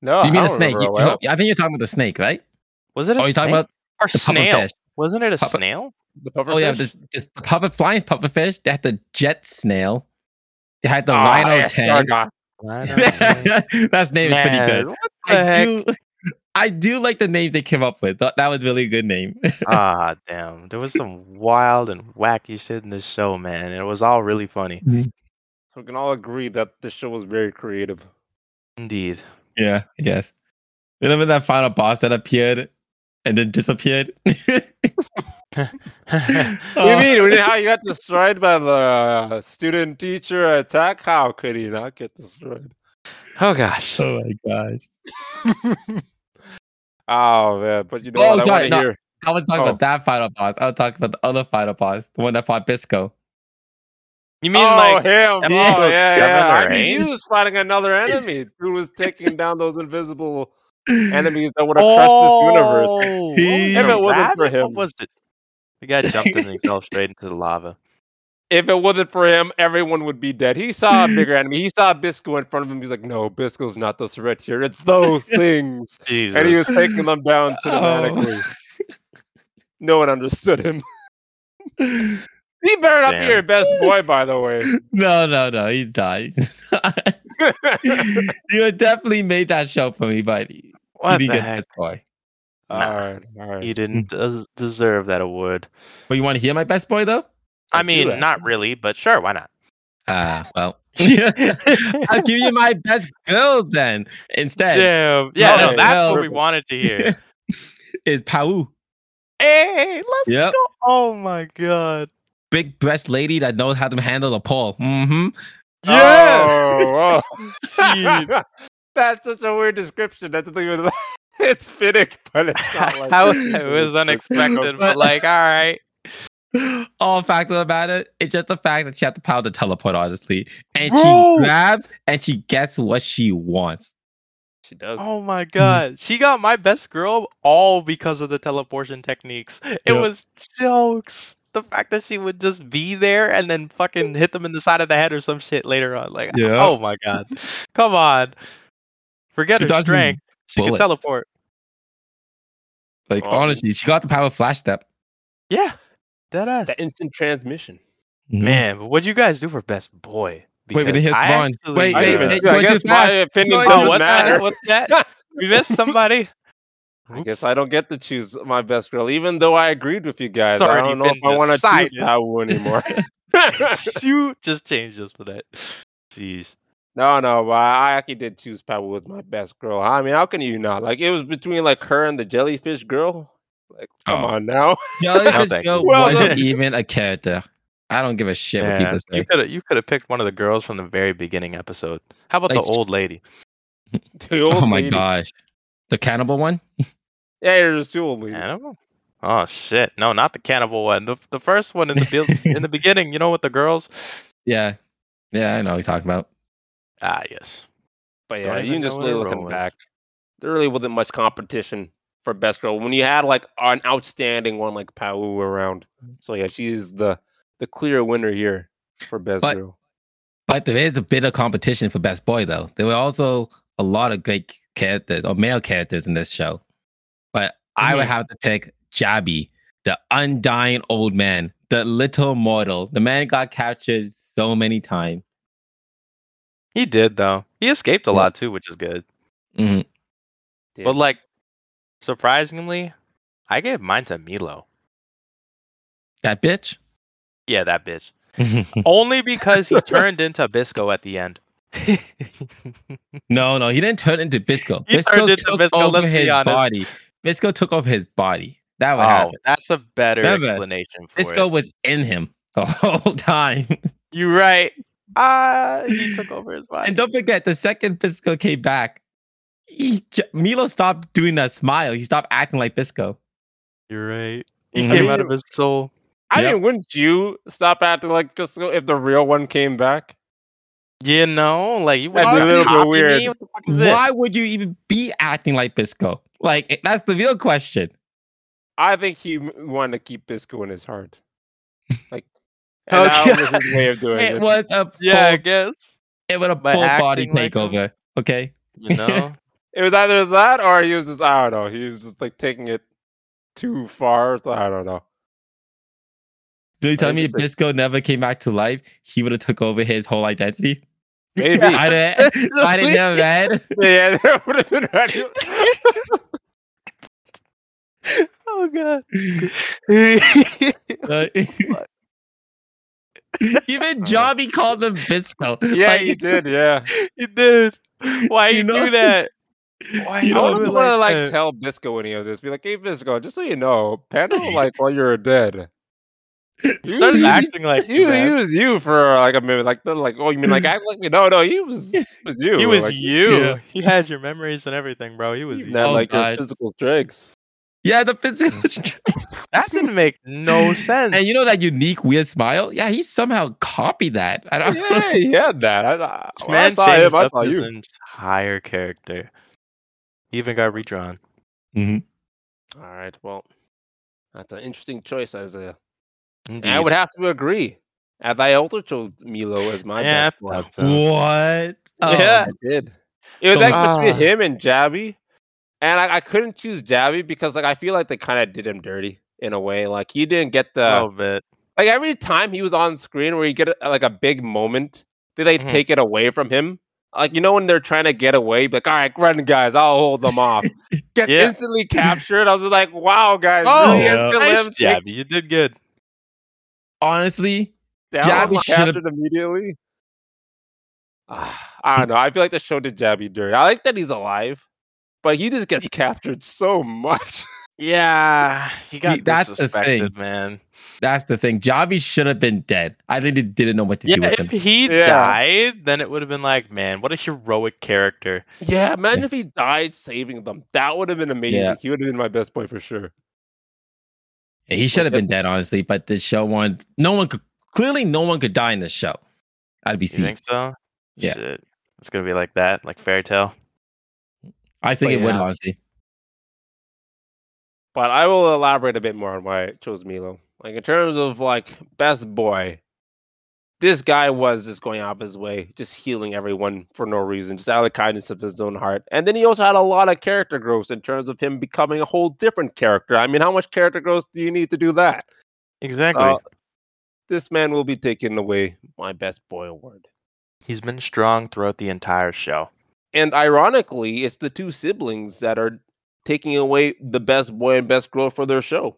Speaker 1: No,
Speaker 2: you mean
Speaker 1: Oh, I
Speaker 2: a
Speaker 1: don't
Speaker 2: snake?
Speaker 1: remember
Speaker 2: You-
Speaker 1: a
Speaker 2: you-
Speaker 1: whale.
Speaker 2: I think you're talking about the snake, right?
Speaker 3: Was it a
Speaker 2: Oh, you're
Speaker 3: snake?
Speaker 2: talking about
Speaker 3: or
Speaker 2: the
Speaker 3: snail?
Speaker 2: pufferfish.
Speaker 3: Wasn't it a
Speaker 2: Puffer-
Speaker 3: snail?
Speaker 1: The
Speaker 2: Oh yeah,
Speaker 1: pufferfish?
Speaker 2: this, this puppet flying pufferfish. They had the jet snail. They had the
Speaker 1: Ah,
Speaker 2: rhino
Speaker 1: yes,
Speaker 2: tank.
Speaker 1: Gargoyle.
Speaker 3: Why not?
Speaker 2: That's name is pretty
Speaker 3: Man,
Speaker 2: good.
Speaker 3: What the
Speaker 2: I
Speaker 3: heck?
Speaker 2: do, I do like the name they came up with. That, that was really a good name.
Speaker 3: ah, damn. There was some wild and wacky shit in this show, man. and It was all really funny.
Speaker 1: So we can all agree that this show was very creative.
Speaker 3: Indeed.
Speaker 2: yeah, I guess. Remember that final boss that appeared and then disappeared?
Speaker 1: What
Speaker 3: Ah.
Speaker 1: do you
Speaker 2: Oh.
Speaker 1: mean? When- How you got destroyed by the uh, student teacher attack? How could he not get destroyed?
Speaker 3: oh gosh.
Speaker 2: oh my gosh.
Speaker 1: Oh man, but you know
Speaker 2: Oh,
Speaker 1: what?
Speaker 2: sorry,
Speaker 1: I want to
Speaker 2: no.
Speaker 1: hear.
Speaker 2: I was talking
Speaker 1: Oh.
Speaker 2: about that final boss. I was talking about the other final boss, the one that fought Bisco.
Speaker 3: You mean
Speaker 1: oh
Speaker 3: like
Speaker 1: him! Oh
Speaker 3: episode
Speaker 1: yeah,
Speaker 3: seven
Speaker 1: yeah.
Speaker 3: or
Speaker 1: I mean, he
Speaker 3: eight?
Speaker 1: was fighting another enemy. Dude was taking down those invisible enemies that would have crushed this universe.
Speaker 3: oh,
Speaker 2: He-
Speaker 1: If it wasn't for
Speaker 3: rabbit?
Speaker 1: him.
Speaker 3: What was it? The guy jumped and he fell straight into the lava.
Speaker 1: If it wasn't for him, everyone would be dead. He saw a bigger enemy. He saw Bisco in front of him. He's like, "No, Bisco's not the threat here. It's those things."
Speaker 3: Jesus. Oh.
Speaker 1: and he was taking them down cinematically. No one understood him.
Speaker 2: Oh.
Speaker 1: He better not
Speaker 3: Damn.
Speaker 1: be your best boy, by the way.
Speaker 2: No, no, no. He died. you had definitely made that show for me, buddy.
Speaker 3: what
Speaker 2: you
Speaker 3: the
Speaker 2: didn't get
Speaker 3: heck?
Speaker 2: this boy.
Speaker 1: all right, all right.
Speaker 3: He didn't des- deserve that award.
Speaker 2: But you want to hear my best boy though?
Speaker 3: I
Speaker 1: do
Speaker 3: mean,
Speaker 1: actually.
Speaker 3: not really, but sure, why not?
Speaker 2: Ah, well. I'll give you my best girl then instead.
Speaker 3: Damn. Yeah, no,
Speaker 1: no,
Speaker 3: that's what
Speaker 1: no.
Speaker 3: we wanted to hear.
Speaker 2: is Pau,
Speaker 3: hey, let's
Speaker 2: Yep.
Speaker 3: go. Oh my god.
Speaker 2: big breast lady that knows how to handle a pole. Mm-hmm.
Speaker 1: Oh,
Speaker 3: Jeez.
Speaker 1: oh. That's such a weird description. That's the thing with it's fitting, but it's not like
Speaker 3: How- it was unexpected, but
Speaker 2: But-
Speaker 3: like, all right.
Speaker 2: All factor about it, it's just the fact that she had the power to teleport, honestly. And
Speaker 3: Bro.
Speaker 2: she grabs and she gets what she wants.
Speaker 1: She does.
Speaker 3: Oh my
Speaker 2: Mm-hmm.
Speaker 3: god. She got my best girl all because of the teleportation techniques. It
Speaker 2: Yep.
Speaker 3: was jokes. the fact that she would just be there and then fucking hit them in the side of the head or some shit later on. Like,
Speaker 2: Yeah.
Speaker 3: oh my god, come on, forget
Speaker 2: She
Speaker 3: her
Speaker 2: dodged some
Speaker 3: strength. She can
Speaker 2: bullets.
Speaker 3: teleport.
Speaker 2: Like
Speaker 1: Oh.
Speaker 2: honestly, she got the power of flash step.
Speaker 3: Yeah, that ass.
Speaker 1: That instant transmission.
Speaker 3: Man, but what'd you guys do for best boy?
Speaker 2: Mm-hmm. Wait,
Speaker 3: Because
Speaker 2: we didn't hit
Speaker 3: I
Speaker 2: Spawn.
Speaker 3: actually-
Speaker 2: Wait,
Speaker 1: I,
Speaker 2: wait,
Speaker 1: didn't even-
Speaker 2: wait.
Speaker 1: I
Speaker 2: Going too
Speaker 1: guess my
Speaker 2: fast.
Speaker 1: opinion
Speaker 2: Going
Speaker 1: doesn't
Speaker 3: Oh, what
Speaker 1: matter.
Speaker 3: that? What's that? We missed somebody.
Speaker 1: I guess I don't get to choose my best girl, even though I agreed with you guys. I
Speaker 3: already
Speaker 1: don't know if
Speaker 3: been
Speaker 1: I want to choose
Speaker 3: decided.
Speaker 1: Pawu anymore.
Speaker 3: you just changed us for that. Jeez.
Speaker 1: no, no, but I actually did choose Pawu as my best girl. I mean, how can you not? Like, it was between like her and the jellyfish girl. Like, come
Speaker 2: Oh.
Speaker 1: on now.
Speaker 3: No,
Speaker 2: Jellyfish
Speaker 3: thank
Speaker 2: Girl
Speaker 1: you. Well
Speaker 2: wasn't
Speaker 3: done.
Speaker 2: even a character. I don't give a shit what
Speaker 3: Yeah,
Speaker 2: people
Speaker 3: you
Speaker 2: say.
Speaker 3: could have you could have picked one of the girls from the very beginning episode. How about
Speaker 2: Like,
Speaker 3: the old lady?
Speaker 1: The
Speaker 2: Oh
Speaker 1: old
Speaker 2: my
Speaker 1: lady.
Speaker 2: gosh, the cannibal one.
Speaker 1: Yeah, there's two old ladies.
Speaker 3: Cannibal? Oh shit! No, not the cannibal one. The the first one in the build, in the beginning. You know what the girls?
Speaker 2: Yeah, yeah, I know what you're talking about.
Speaker 3: Ah, yes.
Speaker 1: But
Speaker 3: Don't
Speaker 1: yeah,
Speaker 3: even
Speaker 1: you can
Speaker 3: know
Speaker 1: just
Speaker 3: what
Speaker 1: play
Speaker 3: her
Speaker 1: looking
Speaker 3: role is.
Speaker 1: back. There really wasn't much competition for best girl when you had like an outstanding one like Pawu around. So yeah, she's the the clear winner here for best
Speaker 2: But-
Speaker 1: girl.
Speaker 2: But there is a bit of competition for best boy though. There were also a lot of great characters or male characters in this show. But I
Speaker 3: Mm-hmm.
Speaker 2: would have to pick Jabby, the undying old man, the little mortal. The man got captured so many times.
Speaker 3: He did though. He escaped a
Speaker 2: Yeah.
Speaker 3: lot too, which is good. Mm-hmm.
Speaker 1: Did-
Speaker 3: But like, surprisingly, I gave mine to Milo.
Speaker 2: That bitch.
Speaker 3: Yeah, that bitch. Only because he turned into Bisco at the end. he
Speaker 2: no, no, he didn't turn into Bisco.
Speaker 3: He
Speaker 2: Bisco
Speaker 3: turned into
Speaker 2: took
Speaker 3: Bisco,
Speaker 2: over
Speaker 3: let's be
Speaker 2: his
Speaker 3: honest.
Speaker 2: body. Bisco took over his body. That would
Speaker 3: wow,
Speaker 2: happen.
Speaker 3: Oh, that's a better
Speaker 2: Never.
Speaker 3: explanation for
Speaker 2: Bisco
Speaker 3: it.
Speaker 2: was in him the whole time.
Speaker 3: You're right. Ah, he took over his body.
Speaker 2: And don't forget, the second Bisco came back, he, J- Milo stopped doing that smile. He stopped acting like Bisco.
Speaker 3: You're right. He
Speaker 1: Mm-hmm.
Speaker 2: Mhm.
Speaker 3: came out of his soul.
Speaker 1: I
Speaker 2: Yep.
Speaker 1: mean, wouldn't you stop acting like just go- if the real one came back?
Speaker 3: You know, like you
Speaker 1: That's
Speaker 3: wouldn't
Speaker 1: a little bit
Speaker 3: copy me?
Speaker 1: weird.
Speaker 3: What the fuck is this?
Speaker 2: Why would you even be acting like Bisco? Like it- that's the real question.
Speaker 1: I think he m- wanted to keep Bisco in his heart. Like,
Speaker 3: Oh,
Speaker 1: and that
Speaker 3: God.
Speaker 1: was his way of doing it.
Speaker 2: It was a full,
Speaker 3: Yeah, I guess.
Speaker 2: it was a full
Speaker 3: By
Speaker 2: body
Speaker 3: acting like him?
Speaker 2: takeover. okay,
Speaker 3: You know,
Speaker 1: It was either that or he was just I don't know. He was just like taking it too far. so I don't know.
Speaker 2: do you tell
Speaker 1: think
Speaker 2: me if
Speaker 1: it's like-
Speaker 2: Bisco never came back to life, he would have took over his whole identity?
Speaker 1: Maybe
Speaker 2: I didn't, I didn't know that.
Speaker 1: yeah, that would have been right.
Speaker 3: oh god. yeah,
Speaker 2: Like- even Jobby called him Bisco.
Speaker 1: Yeah,
Speaker 2: Like,
Speaker 1: he did. Yeah,
Speaker 3: he did. Why
Speaker 2: You
Speaker 3: you
Speaker 2: know-
Speaker 3: do that? Why
Speaker 2: You
Speaker 1: I want
Speaker 3: do
Speaker 2: know,
Speaker 3: it
Speaker 1: to like,
Speaker 3: that?
Speaker 1: tell Bisco any of this. Be like, hey, Bisco, just so you know, Panda like while you were dead. You
Speaker 3: Started
Speaker 1: you-
Speaker 3: acting like
Speaker 1: You,
Speaker 3: that.
Speaker 1: he was you for like a minute. Like, they're like, oh, you mean like act like me? No, no, he was, he was you.
Speaker 3: He was
Speaker 1: like,
Speaker 3: you.
Speaker 2: Yeah.
Speaker 3: He had your memories and everything, bro. He was you.
Speaker 1: Not
Speaker 2: Oh,
Speaker 1: like your
Speaker 2: God.
Speaker 1: physical strengths.
Speaker 2: yeah, the physical.
Speaker 3: That didn't make no sense.
Speaker 2: And you know that unique weird smile? Yeah, he somehow copied that. I don't
Speaker 1: Yeah, he had that. I, I,
Speaker 3: This
Speaker 1: when I
Speaker 3: man
Speaker 1: saw him.
Speaker 3: changed
Speaker 1: I
Speaker 3: up
Speaker 1: saw
Speaker 3: his
Speaker 1: you.
Speaker 3: entire character. He even got redrawn.
Speaker 2: Mm-hmm.
Speaker 1: All right. Well, that's an interesting choice, Isaiah. And I
Speaker 3: Indeed.
Speaker 1: would have to agree. As I also chose Milo as my
Speaker 3: yeah,
Speaker 1: best one.
Speaker 3: that's, uh,
Speaker 2: What?
Speaker 3: Yeah.
Speaker 1: I did. It was
Speaker 2: So-
Speaker 1: like between
Speaker 3: Ah.
Speaker 1: him and Jabby, and I, I couldn't choose Jabby because like I feel like they kind of did him dirty in a way. Like he didn't get
Speaker 3: a
Speaker 1: the
Speaker 3: little bit.
Speaker 1: like every time he was on screen where you get a, like a big moment, they like
Speaker 3: Mhm.
Speaker 1: take it away from him. Like you know when they're trying to get away, be like all right, run guys, I'll hold them off. Get
Speaker 3: Yeah.
Speaker 1: instantly captured. I was just like, wow, guys,
Speaker 3: Oh,
Speaker 1: really
Speaker 2: yeah.
Speaker 1: is gonna
Speaker 3: Nice
Speaker 1: let him
Speaker 3: job.
Speaker 1: take
Speaker 3: You did good.
Speaker 2: Honestly,
Speaker 1: down
Speaker 2: Jabby
Speaker 1: and
Speaker 2: should've-
Speaker 1: captured immediately. Ah, I don't know. I feel like the show did Jabby dirty. I like that he's alive, but he just gets captured so much.
Speaker 3: Yeah, he got
Speaker 2: He- that's the
Speaker 3: disrespected, man.
Speaker 2: that's the thing. Javi should have been dead. I think they didn't know what to
Speaker 3: Yeah,
Speaker 2: do with
Speaker 3: if
Speaker 2: him.
Speaker 3: he
Speaker 1: Yeah.
Speaker 3: died, then it would have been like, man, what a heroic character.
Speaker 1: Yeah, imagine if he died saving them. That would have been amazing.
Speaker 2: Yeah.
Speaker 1: He would have been my best boy for sure.
Speaker 2: He should have been dead, honestly. But this show one, no one could clearly no one could die in this show. I'd be
Speaker 3: You
Speaker 2: seeing.
Speaker 3: think so?
Speaker 2: Yeah.
Speaker 3: Shit. It's gonna be like that, like fairy tale.
Speaker 2: I think
Speaker 1: But
Speaker 2: it would
Speaker 1: yeah.
Speaker 2: honestly.
Speaker 1: But I will elaborate a bit more on why I chose Milo. Like in terms of like best boy, this guy was just going out of his way, just healing everyone for no reason, just out of the kindness of his own heart. And then he also had a lot of character growth in terms of him becoming a whole different character. I mean, how much character growth do you need to do that?
Speaker 3: Exactly.
Speaker 1: Uh, this man will be taking away my best boy award.
Speaker 3: He's been strong throughout the entire show.
Speaker 1: And ironically, it's the two siblings that are taking away the best boy and best girl for their show.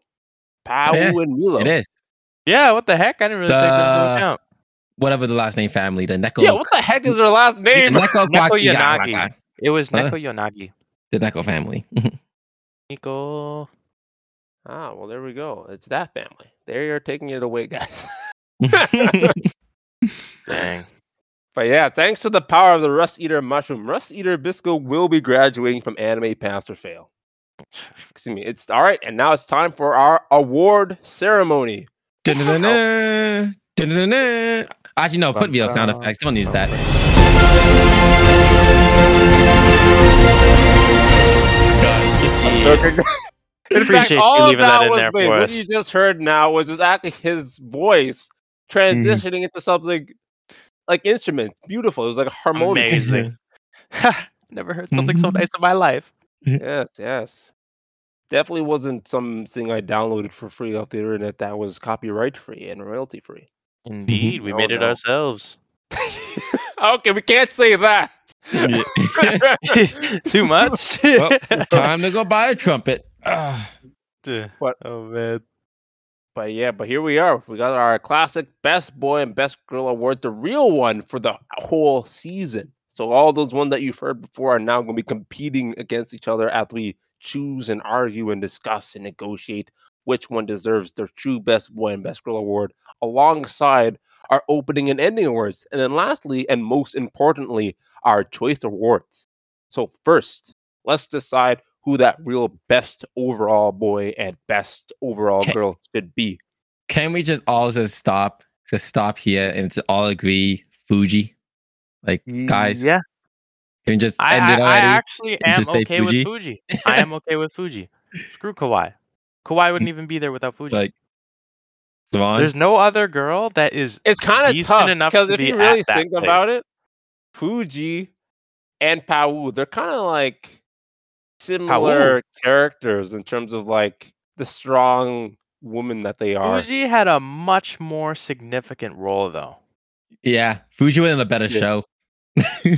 Speaker 1: Pau
Speaker 2: Yeah,
Speaker 1: and Milo.
Speaker 2: It is.
Speaker 3: Yeah, what the heck? I didn't really take that into
Speaker 2: The-
Speaker 3: account.
Speaker 2: Whatever the last name family, the Neko.
Speaker 1: Yeah, what the heck is their last
Speaker 2: the
Speaker 1: name?
Speaker 3: Neko
Speaker 2: Neko Maki-
Speaker 3: Yanagi.
Speaker 2: Yanaka,
Speaker 3: It was
Speaker 2: Huh?
Speaker 3: Neko Yonagi.
Speaker 2: The Neko family.
Speaker 3: Nico.
Speaker 1: Ah, well, there we go. It's that family. They are taking it away, guys.
Speaker 3: Dang.
Speaker 1: But yeah, thanks to the power of the Rust Eater mushroom, Rust Eater Bisco will be graduating from anime pass or fail. Excuse me. It's all right, and now it's time for our award ceremony.
Speaker 2: Dun-dun-dun-dun. Dun-dun-dun-dun. Actually, no, put video sound effects. Don't use that.
Speaker 1: Joking. in fact,
Speaker 3: Appreciate you
Speaker 1: all of
Speaker 3: leaving that
Speaker 1: that
Speaker 3: in
Speaker 1: was
Speaker 3: there
Speaker 1: wait,
Speaker 3: for
Speaker 1: what
Speaker 3: us.
Speaker 1: you just heard now was exactly his voice
Speaker 3: Mm-hmm.
Speaker 1: transitioning into something like instruments. Beautiful. It was like a harmonic.
Speaker 3: Amazing. Never heard something so nice in my life.
Speaker 1: Yes, yes. Definitely wasn't something I downloaded for free off the internet that was copyright free and royalty free.
Speaker 3: Indeed, we
Speaker 1: No,
Speaker 3: made it
Speaker 1: Oh, no.
Speaker 3: ourselves.
Speaker 1: okay, we can't say that.
Speaker 2: Yeah.
Speaker 3: Too much?
Speaker 2: Well, Time to go buy a trumpet. Ah.
Speaker 1: What?
Speaker 3: Oh man.
Speaker 1: But yeah, but here we are. We got our classic Best Boy and Best Girl award, the real one for the whole season. So all those ones that you've heard before are now going to be competing against each other as we choose and argue and discuss and negotiate which one deserves their true Best Boy and Best Girl award alongside our opening and ending awards. And then lastly, and most importantly, our choice awards. So first, let's decide who that real best overall boy and best overall
Speaker 2: Okay.
Speaker 1: girl should be.
Speaker 2: Can we just all just stop? Just stop here and just all agree Fuji. Like guys,
Speaker 3: Mm, Yeah.
Speaker 2: can we just
Speaker 3: I,
Speaker 2: end
Speaker 3: I,
Speaker 2: it
Speaker 3: I
Speaker 2: already?
Speaker 3: actually am
Speaker 2: just say
Speaker 3: okay with Fuji. I am okay with Fuji. Screw Kawhi. Kawhi wouldn't even be there without Fuji.
Speaker 2: like Savon.
Speaker 3: There's no other girl that is
Speaker 1: It's kind of
Speaker 3: decent
Speaker 1: tough
Speaker 3: enough
Speaker 1: because
Speaker 3: to
Speaker 1: if
Speaker 3: be
Speaker 1: you
Speaker 3: at
Speaker 1: really
Speaker 3: that
Speaker 1: think
Speaker 3: place.
Speaker 1: about it, Fuji and Pau, they're kind of like similar characters in terms of like the strong woman that they are.
Speaker 3: Fuji had a much more significant role though.
Speaker 2: yeah, Fuji went in a better
Speaker 1: Yeah.
Speaker 2: show.
Speaker 1: Oh,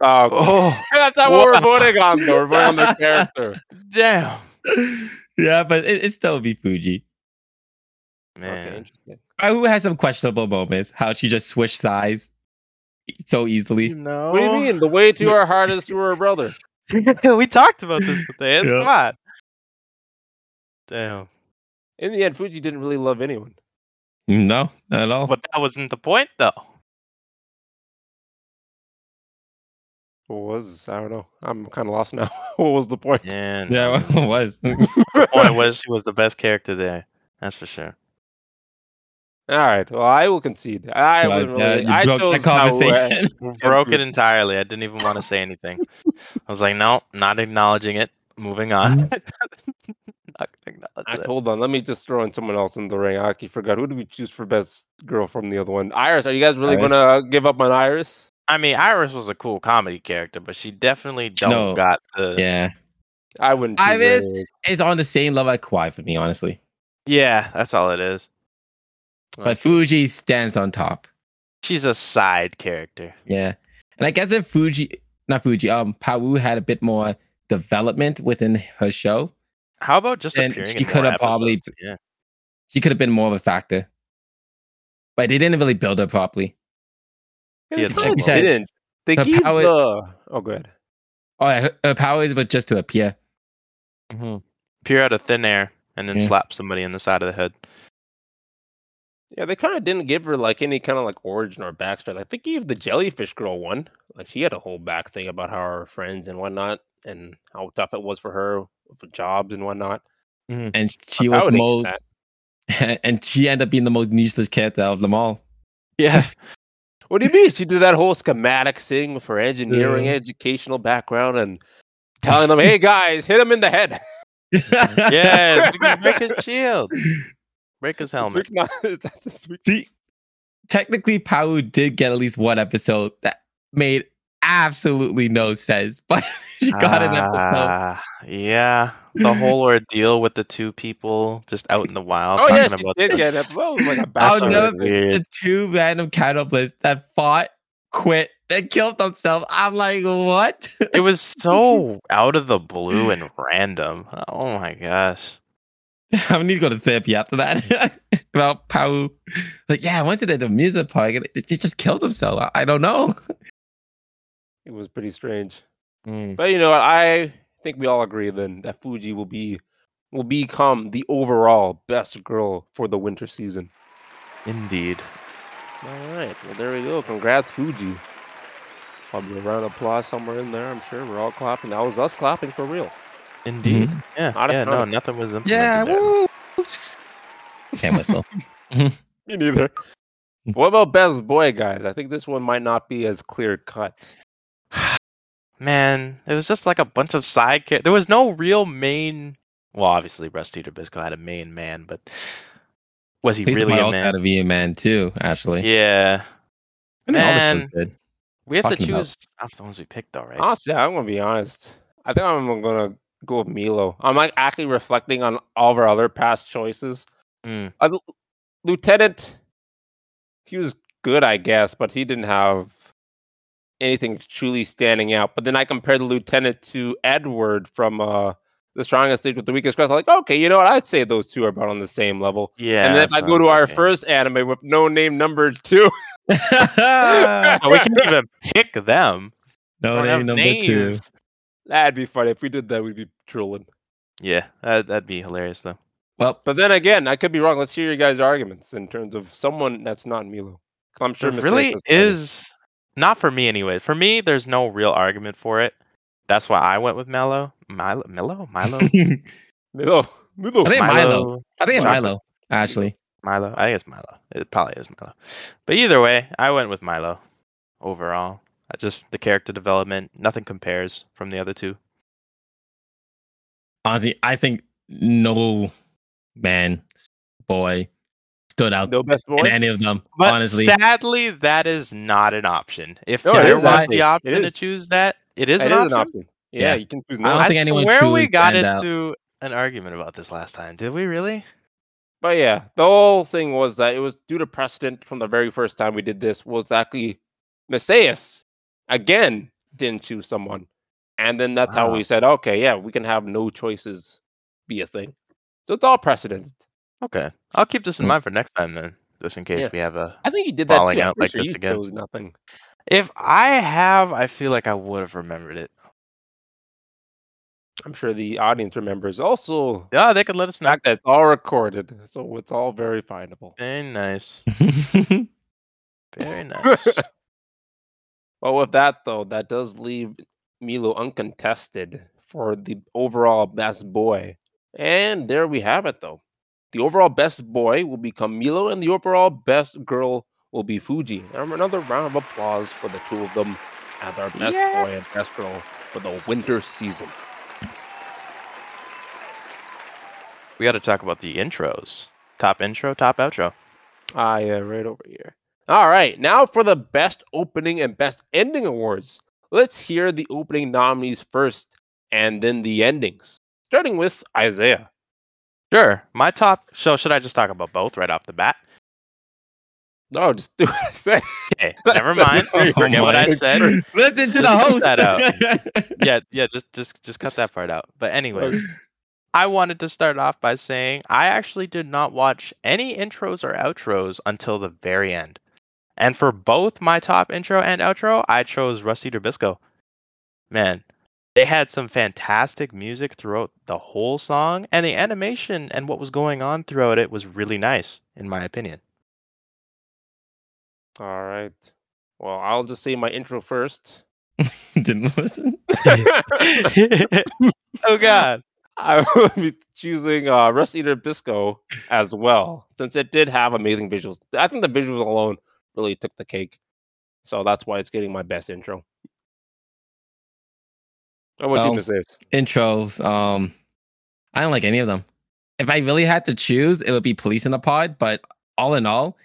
Speaker 3: Oh
Speaker 1: that's not what we're
Speaker 3: Wow.
Speaker 1: voting on. Though. We're voting on the character.
Speaker 3: damn.
Speaker 2: yeah, but it, it still would be Fuji.
Speaker 1: Okay,
Speaker 3: Man.
Speaker 1: interesting.
Speaker 2: Uh, Who has some questionable moments? How she just switched sides so easily.
Speaker 3: No.
Speaker 1: What do you mean? The way to our heart is through our brother.
Speaker 3: mean? we talked about this with the
Speaker 2: Yeah.
Speaker 3: Come on. Damn.
Speaker 1: In the end, Fuji didn't really love anyone.
Speaker 2: No, not at all.
Speaker 3: But that wasn't the point though.
Speaker 1: What was I don't know. I'm kind of lost now. what was the point?
Speaker 3: Man.
Speaker 2: yeah, it was.
Speaker 3: the point was she was the best character there. That's for sure.
Speaker 1: All right. Well, I will concede. I was,
Speaker 2: Was, uh,
Speaker 1: really,
Speaker 2: you
Speaker 1: I
Speaker 2: broke
Speaker 1: chose
Speaker 2: the
Speaker 1: Pau, uh,
Speaker 2: conversation.
Speaker 3: broke it entirely. I didn't even want to say anything. I was like, no, not acknowledging it. Moving on.
Speaker 2: Mm-hmm.
Speaker 3: not gonna acknowledge
Speaker 1: Act-
Speaker 3: it.
Speaker 1: hold on, let me just throw in someone else in the ring. I actually forgot who did we choose for best girl from the other one. Iris, are you guys really
Speaker 2: Iris.
Speaker 1: gonna give up on Iris?
Speaker 3: I mean, Iris was a cool comedy character, but she definitely don't
Speaker 2: No.
Speaker 3: got the yeah.
Speaker 2: yeah,
Speaker 1: I wouldn't. choose her
Speaker 2: Iris?
Speaker 1: anyway.
Speaker 2: it's on the same level as Kawhi for me, honestly.
Speaker 3: that's all it is.
Speaker 2: But Fuji stands on top.
Speaker 3: She's a side character.
Speaker 2: Yeah, and I guess if Fuji, not Fuji, um, Pawu had a bit more development within her show,
Speaker 3: How about just
Speaker 2: And
Speaker 3: appearing
Speaker 2: she
Speaker 3: in
Speaker 2: coulda
Speaker 3: more
Speaker 2: probably-
Speaker 3: episodes? yeah.
Speaker 2: she could have been more of a factor. But they didn't really build her properly.
Speaker 1: Yeah,
Speaker 3: yeah,
Speaker 1: it's
Speaker 3: the
Speaker 1: kinda
Speaker 2: chick said-
Speaker 1: didn't. They
Speaker 2: her
Speaker 1: keep
Speaker 2: power-
Speaker 1: the. Oh, good.
Speaker 2: Oh, yeah, her, her powers were just to appear.
Speaker 3: Appear out of thin air and then
Speaker 2: Mm-hmm. Yeah.
Speaker 3: slap somebody in the side of the head.
Speaker 1: Yeah, they kind of didn't give her like any kind of like origin or backstory. Like they gave the jellyfish girl one. Like she had a whole back thing about how her friends and whatnot, and how tough it was for her for jobs and whatnot.
Speaker 2: And she
Speaker 1: I
Speaker 2: was
Speaker 1: would
Speaker 2: the
Speaker 1: hate
Speaker 2: most,
Speaker 1: that.
Speaker 2: and she ended up being the most useless character of them all.
Speaker 3: Yeah.
Speaker 1: What do you mean? She did that whole schematic thing for engineering,
Speaker 2: Yeah.
Speaker 1: educational background, and telling them, "Hey guys, hit him in the head."
Speaker 3: yeah. Make a shield. Break his
Speaker 1: It's
Speaker 3: helmet.
Speaker 1: weak not- that's his weakness.
Speaker 2: Technically, Palu did get at least one episode that made absolutely no sense, but she got an episode.
Speaker 3: Ah, yeah, the whole ordeal with the two people just out in the wild
Speaker 1: Oh
Speaker 3: talking
Speaker 1: yeah, she
Speaker 3: about
Speaker 1: did
Speaker 3: this.
Speaker 1: get it. Well, like a
Speaker 2: I'll
Speaker 3: so
Speaker 1: bachelor.
Speaker 2: never forget
Speaker 3: weird.
Speaker 2: the two random cannibals that fought, quit, then killed themselves. I'm like, what?
Speaker 3: It was so out of the blue and random. Oh my gosh.
Speaker 2: I need to go to therapy after that. About Palu, like, yeah, once it at the music park, and it, it just killed himself. I, I don't know.
Speaker 1: It was pretty strange. But you know what? I think we all agree then that Fuji will be will become the overall best girl for the winter season.
Speaker 3: Indeed.
Speaker 1: All right. Well, there we go. Congrats, Fuji. Probably a round of applause somewhere in there. I'm sure we're all clapping. That was us clapping for real.
Speaker 3: Indeed.
Speaker 2: Mm-hmm.
Speaker 3: Yeah.
Speaker 1: Mm-hmm. Not a
Speaker 3: yeah, no,
Speaker 1: ton.
Speaker 3: nothing was implemented.
Speaker 2: Yeah,
Speaker 3: there.
Speaker 2: woo. Can't whistle.
Speaker 1: Me neither. What about best boy, guys? I think this one might not be as clear cut.
Speaker 3: Man, it was just like a bunch of side characters. There was no real main. Well, obviously, Rusty Trubisco had a main man, but was he
Speaker 2: Please
Speaker 3: really
Speaker 2: really
Speaker 3: a
Speaker 2: also had
Speaker 3: man?
Speaker 2: to be a man too, actually.
Speaker 3: Yeah.
Speaker 2: I think all this show's
Speaker 3: Man.
Speaker 2: good.
Speaker 3: We have to
Speaker 2: Talking about-
Speaker 3: choose off the ones we picked, though, right?
Speaker 1: Honestly, I'm gonna be honest. I think I'm gonna go with Milo. I'm like actually reflecting on all of our other past choices.
Speaker 3: Mm,
Speaker 1: Lieutenant, he was good, I guess, but he didn't have anything truly standing out. But then I compared the lieutenant to Edward from uh, the strongest Lead with the weakest crest. I'm like, okay, you know what? I'd say those two are about on the same level.
Speaker 3: yeah.
Speaker 1: and then if I
Speaker 3: that's
Speaker 1: go
Speaker 3: what
Speaker 1: to our
Speaker 3: I'm thinking.
Speaker 1: first anime with no name number two,
Speaker 3: Oh, we can't even pick them.
Speaker 2: no
Speaker 3: Don't have
Speaker 2: name number two.
Speaker 3: names.
Speaker 1: that'd be funny. If we did that, we'd be trolling.
Speaker 3: Yeah, that, that'd be hilarious, though.
Speaker 2: Well,
Speaker 1: But then again, I could be wrong. Let's hear your guys' arguments in terms of someone that's not Milo. 'Cause I'm sure
Speaker 3: There
Speaker 1: Miss
Speaker 3: really
Speaker 1: Nelson's better.
Speaker 3: is not for me anyway. For me, there's no real argument for it. That's why I went with Milo. Milo, Milo, Milo.
Speaker 2: I think
Speaker 1: Milo. Milo.
Speaker 2: I think Milo.
Speaker 1: Milo.
Speaker 2: it's Milo, actually.
Speaker 3: Milo. I guess Milo. It probably is Milo. But either way, I went with Milo overall. I just the character development, nothing compares from the other two.
Speaker 2: Honestly, I think no man, boy, stood out
Speaker 1: No best boy.
Speaker 2: in any of them.
Speaker 3: But
Speaker 2: honestly,
Speaker 3: sadly, that is not an option. If
Speaker 1: No,
Speaker 2: it
Speaker 3: there
Speaker 2: is
Speaker 3: was
Speaker 1: actually.
Speaker 3: the
Speaker 1: It
Speaker 3: option to
Speaker 1: is.
Speaker 3: choose that, it is,
Speaker 1: It
Speaker 3: an,
Speaker 1: is
Speaker 3: option.
Speaker 1: an option. Yeah,
Speaker 2: Yeah.
Speaker 1: you can choose
Speaker 2: I
Speaker 1: no.
Speaker 2: don't think anyone
Speaker 3: swear we
Speaker 2: truly
Speaker 3: got
Speaker 2: stand out.
Speaker 3: into an argument about this last time. Did we really?
Speaker 1: But yeah, the whole thing was that it was due to precedent from the very first time we did this was actually Messias again didn't choose someone. And then that's how
Speaker 3: Wow.
Speaker 1: we said, okay, yeah, we can have no choices be a thing. So it's all precedent.
Speaker 3: Okay, I'll keep this in
Speaker 2: Hmm.
Speaker 3: mind for next time then, just in case
Speaker 1: Yeah.
Speaker 3: we have a.
Speaker 1: I think you did that
Speaker 3: Falling
Speaker 1: too. I'm
Speaker 3: out
Speaker 1: pretty
Speaker 3: like
Speaker 1: sure
Speaker 3: this
Speaker 1: you
Speaker 3: again.
Speaker 1: chose nothing.
Speaker 3: If I have, I feel like I would have remembered it.
Speaker 1: I'm sure the audience remembers. Also, the
Speaker 3: Yeah, they could let us know.
Speaker 1: fact that it's all recorded, so it's all verifiable.
Speaker 3: Very nice. Very nice.
Speaker 1: Well, with that though, that does leave Milo uncontested for the overall best boy. And there we have it though. The overall best boy will become Milo, and the overall best girl will be Fuji. And another round of applause for the two of them as our best
Speaker 3: Yeah.
Speaker 1: boy and best girl for the winter season.
Speaker 3: we got to talk about the intros. Top intro, top outro.
Speaker 1: Ah, yeah, right over here. All right, now for the best opening and best ending awards. Let's hear the opening nominees first and then the endings. Starting with Isaiah.
Speaker 3: Sure. My top. So should I just talk about both right off the bat?
Speaker 1: No, just do what I say.
Speaker 3: Okay. Never mind.
Speaker 1: Oh
Speaker 3: Forget what I
Speaker 2: my
Speaker 3: said.
Speaker 2: Listen to
Speaker 3: Just
Speaker 2: the
Speaker 3: cut
Speaker 2: host.
Speaker 3: that Yeah, yeah. Just, just, just cut that part out. But anyways, I wanted to start off by saying I actually did not watch any intros or outros until the very end. And for both my top intro and outro, I chose Rusty Trubisco. Man, they had some fantastic music throughout the whole song, and the animation and what was going on throughout it was really nice, in my opinion.
Speaker 1: All right. Well, I'll just say my intro first.
Speaker 2: Didn't listen.
Speaker 3: oh God!
Speaker 1: I will be choosing uh, Rust Eater Bisco as well, since it did have amazing visuals. I think the visuals alone really took the cake. So that's why it's getting my best intro. I want you
Speaker 2: Well,
Speaker 1: to say.
Speaker 2: Intros. Um, I don't like any of them. if I really had to choose, it would be Police in the Pod. But all in all,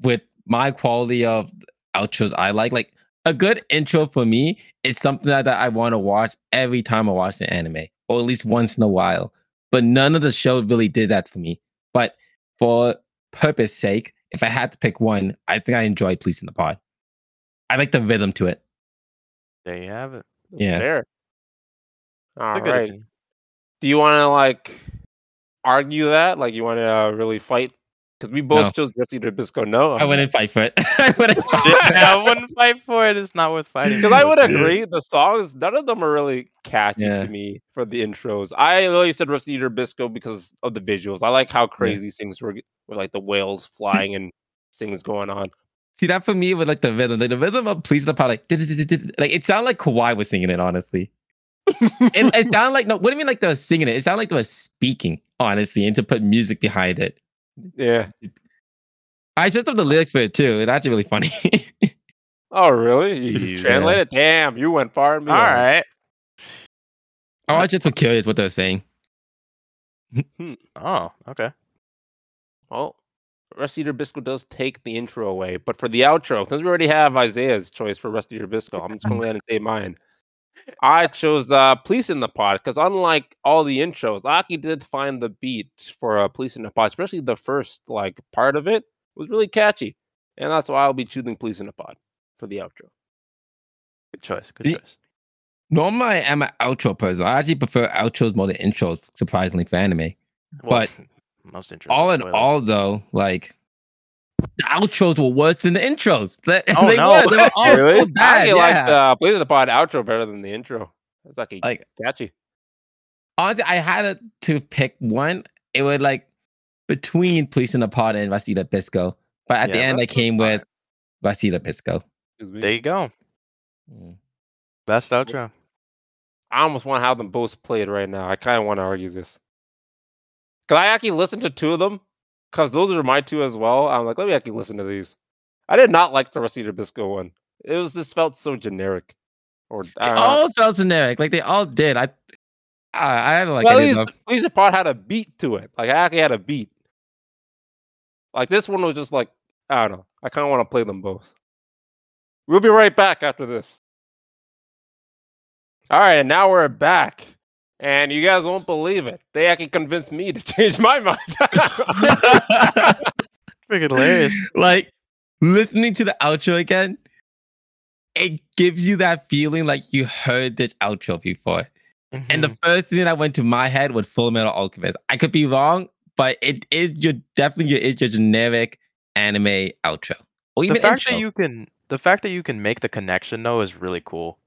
Speaker 2: with my quality of outros I like, like a good intro for me is something that, that I want to watch every time I watch an anime, or at least once in a while. But none of the show really did that for me. But for purpose sake, if I had to pick one, I think I enjoy Police in the Pod. I like the rhythm to it.
Speaker 3: There you have it.
Speaker 2: Yeah.
Speaker 1: There. All
Speaker 3: It's a good
Speaker 1: right.
Speaker 3: opinion.
Speaker 1: Do you want to like argue that? Like, you want to uh, really fight? Because we both
Speaker 2: No.
Speaker 1: chose Jesse Trubisco. No,
Speaker 2: I wouldn't fight for it. I wouldn't. Fight
Speaker 3: Yeah,
Speaker 2: for it.
Speaker 3: I wouldn't fight for it. It's not worth fighting.
Speaker 1: Because I would
Speaker 3: for.
Speaker 4: Yeah.
Speaker 1: agree, the songs none of them are really catchy
Speaker 2: Yeah.
Speaker 1: to me for the intros. I really said Rusty Trubisco because of the visuals. I like how crazy things were with like the whales flying and things going on.
Speaker 2: See that for me with like the rhythm, like the rhythm of "Please the Power," like like it sounded like Kawhi was singing it. Honestly, it, it sounded like no. What do you mean like they were singing it? It sounded like they were speaking honestly, and to put music behind it.
Speaker 1: Yeah.
Speaker 2: I searched up the lyrics for it too. It's actually really funny.
Speaker 1: Oh, really? You
Speaker 3: Yeah.
Speaker 1: translated? Damn, you went far. and
Speaker 3: All
Speaker 1: beyond.
Speaker 3: right.
Speaker 2: I was just for curious what they were saying.
Speaker 3: Oh, okay.
Speaker 1: Well, Rusty Trubisco does take the intro away, but for the outro, since we already have Isaiah's choice for Rusty Trubisco, I'm just going to go ahead and say mine. I chose uh, Police in the Pod because, unlike all the intros, Aki did find the beat for uh, Police in the Pod, especially the first like part of it was really catchy, and that's why I'll be choosing Police in the Pod for the outro.
Speaker 3: Good choice. Good
Speaker 2: See-
Speaker 3: choice.
Speaker 2: Normally, I am an outro person. I actually prefer outros more than intros, surprisingly, for anime.
Speaker 3: Well, most interesting.
Speaker 2: all in
Speaker 3: spoiler.
Speaker 2: all, though, like the outros were worse than the intros. They,
Speaker 3: Oh,
Speaker 2: they
Speaker 3: no.
Speaker 2: were. They were all so
Speaker 1: Really?
Speaker 2: bad.
Speaker 1: Aki liked
Speaker 2: yeah.
Speaker 1: uh, Police in the Pod outro better than the intro. That's like,
Speaker 2: Like-
Speaker 1: catchy.
Speaker 2: Honestly, I had a, to pick one. It would like between Police in the Pod and Rusty the Pisco. But at the
Speaker 3: Yeah,
Speaker 2: end, I
Speaker 3: that's
Speaker 2: came
Speaker 3: fine.
Speaker 2: with Rusty the Pisco.
Speaker 1: Excuse me.
Speaker 3: There you go.
Speaker 2: Mm.
Speaker 3: Best outro.
Speaker 1: I almost want to have them both played right now. I kind of want to argue this. Cause I actually listened to two of them, cause those are my two as well. I'm like, let me actually listen to these. I did not like the Rusty Trubisco one. It was just felt so generic. Or
Speaker 2: They
Speaker 1: I don't know.
Speaker 2: all felt generic. Like they all did. I I, I had like
Speaker 1: Well,
Speaker 2: any
Speaker 1: at,
Speaker 2: of them.
Speaker 1: least, at least the part had a beat to it. Like I actually had a beat. Like this one was just like I don't know. I kind of want to play them both. We'll be right back after this. All right, and now we're back, and you guys won't believe it. They actually convinced me to change my mind.
Speaker 3: Freaking hilarious.
Speaker 2: like listening to the outro again, it gives you that feeling like you heard this outro before. And
Speaker 3: Mm-hmm.
Speaker 2: the first thing that went to my head was Full Metal Alchemist. I could be wrong, but it is your definitely your is your generic anime outro. Or even
Speaker 3: the fact
Speaker 2: intro.
Speaker 3: that you can the fact that you can make the connection though is really cool.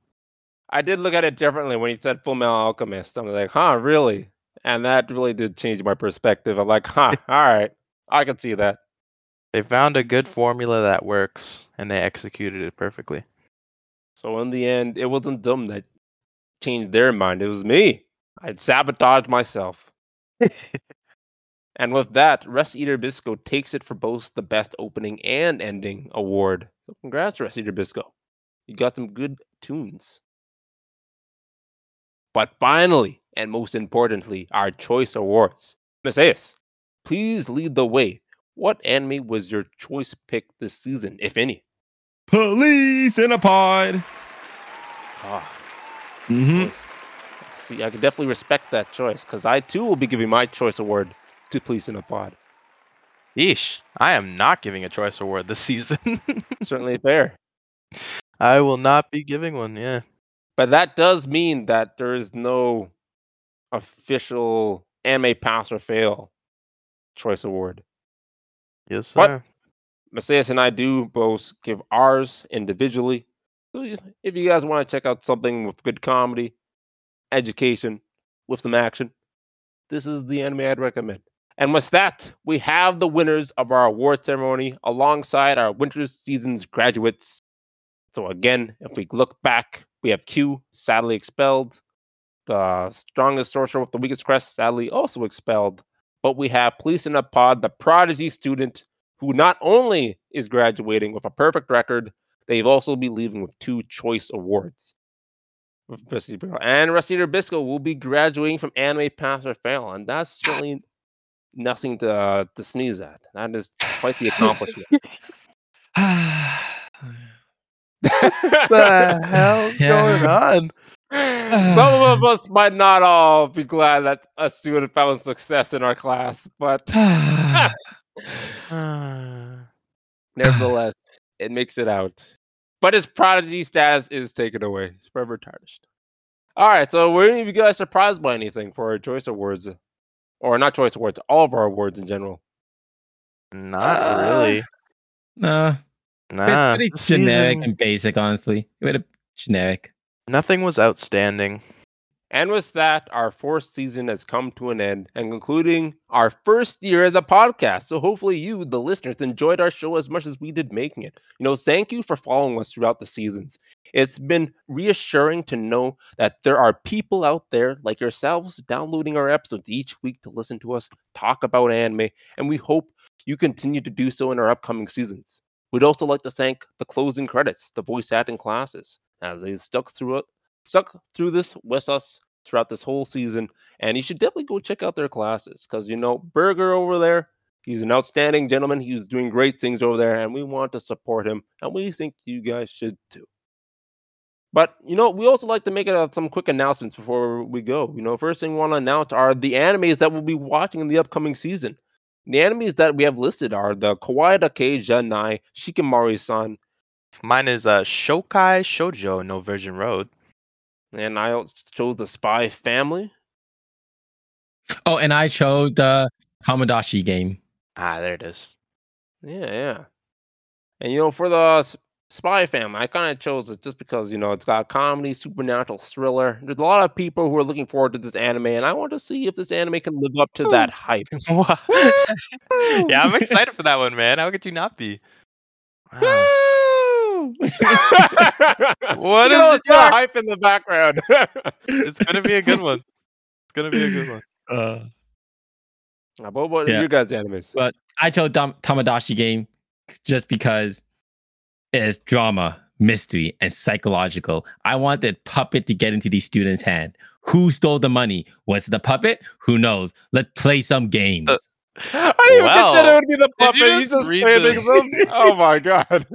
Speaker 1: I did look at it differently when he said Full Metal Alchemist. I'm like, huh, really? And that really did change my perspective. I'm like, huh, all right, I can see that.
Speaker 3: They found a good formula that works and they executed it perfectly.
Speaker 1: So in the end, it wasn't them that changed their mind. It was me. I sabotaged myself. and with that, Rest Eater Bisco takes it for both the best opening and ending award. So congrats, Rest Eater Bisco. You got some good tunes. But finally, and most importantly, our choice awards. Messias, please lead the way. What anime was your choice pick this season, if any?
Speaker 2: police in a pod.
Speaker 1: Ah.
Speaker 2: Mhm.
Speaker 1: choice. See, I can definitely respect that choice because I too will be giving my choice award to Police in a Pod.
Speaker 3: Yeesh. I am not giving a choice award this season.
Speaker 1: Certainly fair.
Speaker 3: I will not be giving one, yeah.
Speaker 1: But that does mean that there is no official anime pass or fail choice award.
Speaker 3: Yes,
Speaker 1: What?
Speaker 3: sir.
Speaker 1: Messias and I do both give ours individually. So just- if you guys want to check out something with good comedy, education, with some action, this is the anime I'd recommend. And with that, we have the winners of our award ceremony alongside our winter season's graduates. So again, if we look back, we have Q, sadly expelled. The strongest sorcerer with the weakest crest, sadly also expelled. But we have Police in a Pod, the prodigy student, who not only is graduating with a perfect record, they've also be leaving with two choice awards. Rusty Bro- And Rusty Bisco will be graduating from Anime Pass or Fail, and that's certainly nothing to uh, to sneeze at. That is quite the accomplishment.
Speaker 3: the hell's
Speaker 2: Yeah.
Speaker 3: going on?
Speaker 1: Some of us might not all be glad that a student found success in our class, but nevertheless, it makes it out. But his prodigy status is taken away. It's forever tarnished. All right, so were any of you guys surprised by anything for our choice awards? Or not choice awards, all of our awards in general.
Speaker 3: Not
Speaker 2: Uh,
Speaker 3: really.
Speaker 2: nah, it's
Speaker 3: Nah.
Speaker 2: pretty
Speaker 3: this
Speaker 2: generic
Speaker 3: Ah, season,
Speaker 2: and basic, honestly. Pretty generic.
Speaker 3: nothing was outstanding.
Speaker 1: And with that, our fourth season has come to an end and concluding our first year as a podcast. So hopefully you, the listeners, enjoyed our show as much as we did making it. You know, thank you for following us throughout the seasons. It's been reassuring to know that there are people out there like yourselves downloading our episodes each week to listen to us talk about anime, and we hope you continue to do so in our upcoming seasons. We'd also like to thank the closing credits, the voice acting classes, as they stuck through stuck through this with us throughout this whole season. And you should definitely go check out their classes because, you know, Berger over there, he's an outstanding gentleman. He's doing great things over there, and we want to support him. And we think you guys should too. But, you know, we also like to make uh, some quick announcements before we go. You know, first thing we want to announce are the animes that we'll be watching in the upcoming season. The animes that we have listed are the Kawaii Dake Janai, Shikimari-san,
Speaker 3: Mine is uh, Shokai Shoujo No Virgin Road.
Speaker 1: and I also chose the Spy Family.
Speaker 2: Oh, and I chose the Hamadashi game.
Speaker 3: Ah, there it is.
Speaker 1: Yeah, yeah. And you know, for the s- spy family, I kind of chose it just because you know it's got comedy, supernatural, thriller. There's a lot of people who are looking forward to this anime, and I want to see if this anime can live up to that hype.
Speaker 3: Wow. yeah, I'm excited for that one, man. How could you not be? Wow. What is
Speaker 1: you know,
Speaker 3: the
Speaker 1: it's got
Speaker 3: dark-
Speaker 1: hype in the background.
Speaker 3: It's gonna be a good one. It's gonna be a good one.
Speaker 2: Uh,
Speaker 1: Now, but what are
Speaker 2: Yeah.
Speaker 1: your guys' animes?
Speaker 2: Well- I chose Dam- Tamadashi game just because it's drama, mystery, and psychological. I want that puppet to get into these students' hand. Who stole the money? Was it the puppet? Who knows? Let's play some games.
Speaker 3: Uh,
Speaker 1: I didn't even consider
Speaker 3: Wow.
Speaker 1: it to be the
Speaker 3: Did
Speaker 1: puppet.
Speaker 3: you
Speaker 1: He's
Speaker 3: just
Speaker 1: just
Speaker 3: read
Speaker 1: spamming
Speaker 3: the-
Speaker 1: them. Oh my god.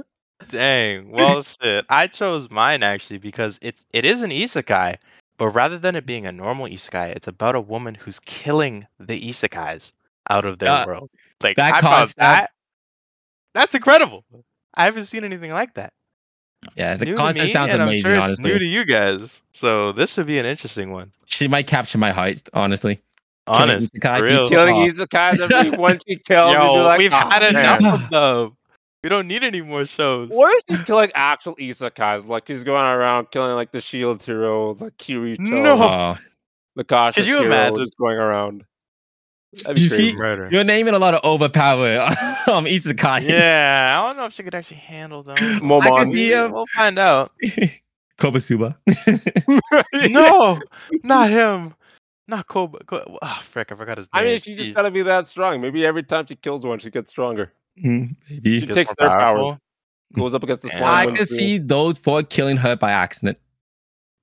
Speaker 3: Dang. Well, shit. I chose mine actually because it's it is an isekai, but rather than it being a normal isekai, it's about a woman who's killing the isekais out of their
Speaker 2: Uh,
Speaker 3: world. Like
Speaker 2: that
Speaker 3: I found
Speaker 2: concept-
Speaker 3: that. That's incredible. I haven't seen anything like that.
Speaker 2: yeah, the
Speaker 3: New to
Speaker 2: concept
Speaker 3: me,
Speaker 2: sounds
Speaker 3: and I'm
Speaker 2: amazing,
Speaker 3: sure it's
Speaker 2: honestly.
Speaker 3: New to you guys, so this should be an interesting one.
Speaker 2: she might capture my heart, honestly. Killing
Speaker 3: Honest,
Speaker 2: isekai,
Speaker 3: for
Speaker 2: you
Speaker 3: real.
Speaker 2: kill-
Speaker 1: Killing
Speaker 2: off.
Speaker 1: isekais every one she kills. you'd be
Speaker 3: Yo,
Speaker 1: like, "Oh,
Speaker 3: we've
Speaker 1: "Aw,
Speaker 3: had
Speaker 1: man."
Speaker 3: enough of them. We don't need any more shows.
Speaker 1: Or is she's killing actual isekais? Like she's going around killing like the shield hero, the Kirito,
Speaker 3: No.
Speaker 2: Uh,
Speaker 1: the cautious
Speaker 3: Could you
Speaker 1: hero,
Speaker 3: imagine?
Speaker 1: just going around. That'd
Speaker 2: You
Speaker 1: crazy.
Speaker 2: see-
Speaker 3: Murder.
Speaker 2: you're naming a lot of overpower um, isekai.
Speaker 3: Yeah, I don't know if she could actually handle them.
Speaker 1: Momon.
Speaker 2: I can see him.
Speaker 3: We'll find out.
Speaker 2: Kobosuba.
Speaker 3: no, not him. Not Kobe. Co- oh, frick, I forgot his name.
Speaker 1: I mean, she just
Speaker 3: Jeez.
Speaker 1: gotta be that strong. Maybe every time she kills one, she gets stronger.
Speaker 2: Mm,
Speaker 1: She,
Speaker 2: Maybe.
Speaker 3: gets
Speaker 1: takes
Speaker 3: more
Speaker 1: their powers,
Speaker 3: powerful.
Speaker 1: goes up against the
Speaker 3: Yeah.
Speaker 1: slime.
Speaker 2: I
Speaker 1: wins
Speaker 2: could
Speaker 1: too.
Speaker 2: see those four killing her by accident.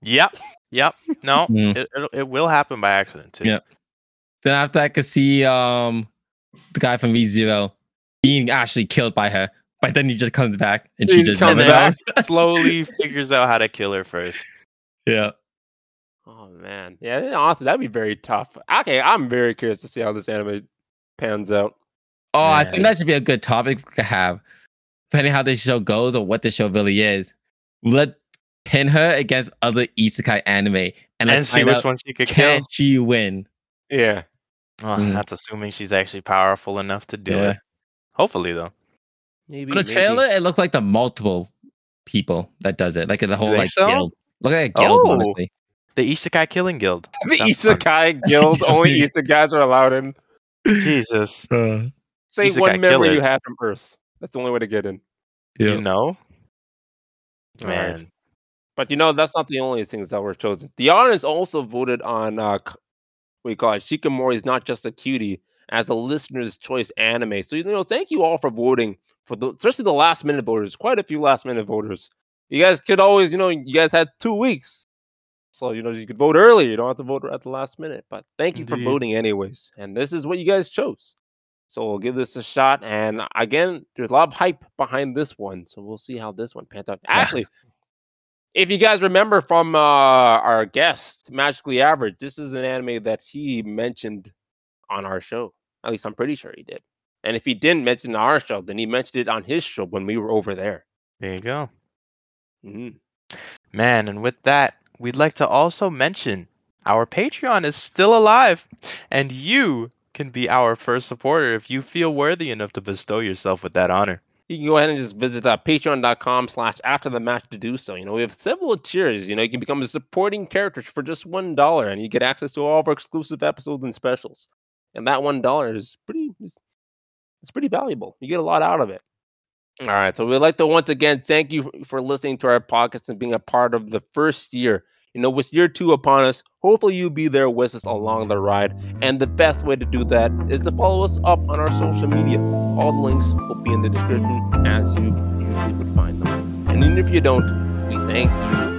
Speaker 3: Yep, yep. No,
Speaker 2: Mm.
Speaker 3: it, it'll, it will happen by accident, too.
Speaker 2: Yeah. Then after I could see um the guy from V Zero being actually killed by her, but then he just comes back and
Speaker 1: He
Speaker 2: she
Speaker 1: just
Speaker 2: just
Speaker 1: comes
Speaker 2: never
Speaker 3: back.
Speaker 2: knows.
Speaker 3: Slowly figures out how to kill her first.
Speaker 2: Yeah.
Speaker 1: Oh man, yeah. Honestly, that'd be very tough. Okay, I'm very curious to see how this anime pans out.
Speaker 2: Oh, I
Speaker 3: Yeah.
Speaker 2: think that should be a good topic to have, depending how this show goes or what the show really is. Let pin her against other isekai anime and,
Speaker 3: And,
Speaker 2: let's
Speaker 3: see
Speaker 2: find
Speaker 3: which
Speaker 2: out,
Speaker 3: one she could
Speaker 2: can
Speaker 3: kill.
Speaker 2: she win?
Speaker 1: Yeah.
Speaker 3: Oh,
Speaker 2: Mm.
Speaker 3: That's assuming she's actually powerful enough to do
Speaker 2: Yeah.
Speaker 3: it. Hopefully, though.
Speaker 1: Maybe,
Speaker 2: For the
Speaker 1: maybe.
Speaker 2: trailer, it looked like the multiple people that does it, like the whole
Speaker 3: think
Speaker 2: like
Speaker 3: so?
Speaker 2: guild. Look at a guild,
Speaker 3: Oh.
Speaker 2: honestly.
Speaker 3: The Isekai Killing Guild.
Speaker 1: The
Speaker 3: Sounds fun.
Speaker 1: Isekai Guild, only Isekais are allowed in.
Speaker 3: Jesus.
Speaker 1: Say
Speaker 3: Isekai
Speaker 1: one memory you
Speaker 3: killers.
Speaker 1: have from Earth. That's the only way to get in.
Speaker 2: Yeah.
Speaker 3: You know?
Speaker 1: All right.
Speaker 3: Man.
Speaker 1: But you know, that's not the only things that were chosen. The audience also voted on uh c- what do you call it? Shikamori is not just a cutie as a listener's choice anime. So you know, thank you all for voting for the especially the last minute voters, quite a few last minute voters. You guys could always, you know, you guys had two weeks. So you know you could vote early. You don't have to vote at the last minute. But thank you for
Speaker 3: Indeed.
Speaker 1: voting anyways. And this is what you guys chose. So we'll give this a shot. And again, there's a lot of hype behind this one. So we'll see how this one pans out. Actually, if you guys remember from uh, our guest, Magically Average, this is an anime that he mentioned on our show. At least I'm pretty sure he did. And if he didn't mention it on our show, then he mentioned it on his show when we were over there.
Speaker 3: There you go.
Speaker 1: Mhm.
Speaker 3: Man, and with that, we'd like to also mention our Patreon is still alive, and you can be our first supporter if you feel worthy enough to bestow yourself with that honor.
Speaker 1: You can go ahead and just visit uh, patreon.com slash after the match to do so. You know, we have several tiers. You know, you can become a supporting character for just one dollar and you get access to all of our exclusive episodes and specials. And that one dollar is pretty is, it's pretty valuable. You get a lot out of it. All right. So we'd like to once again thank you f- for listening to our podcast and being a part of the first year. You know, with year two upon us, hopefully you'll be there with us along the ride. And the best way to do that is to follow us up on our social media. All the links will be in the description as you usually would find them. And even if you don't, we thank you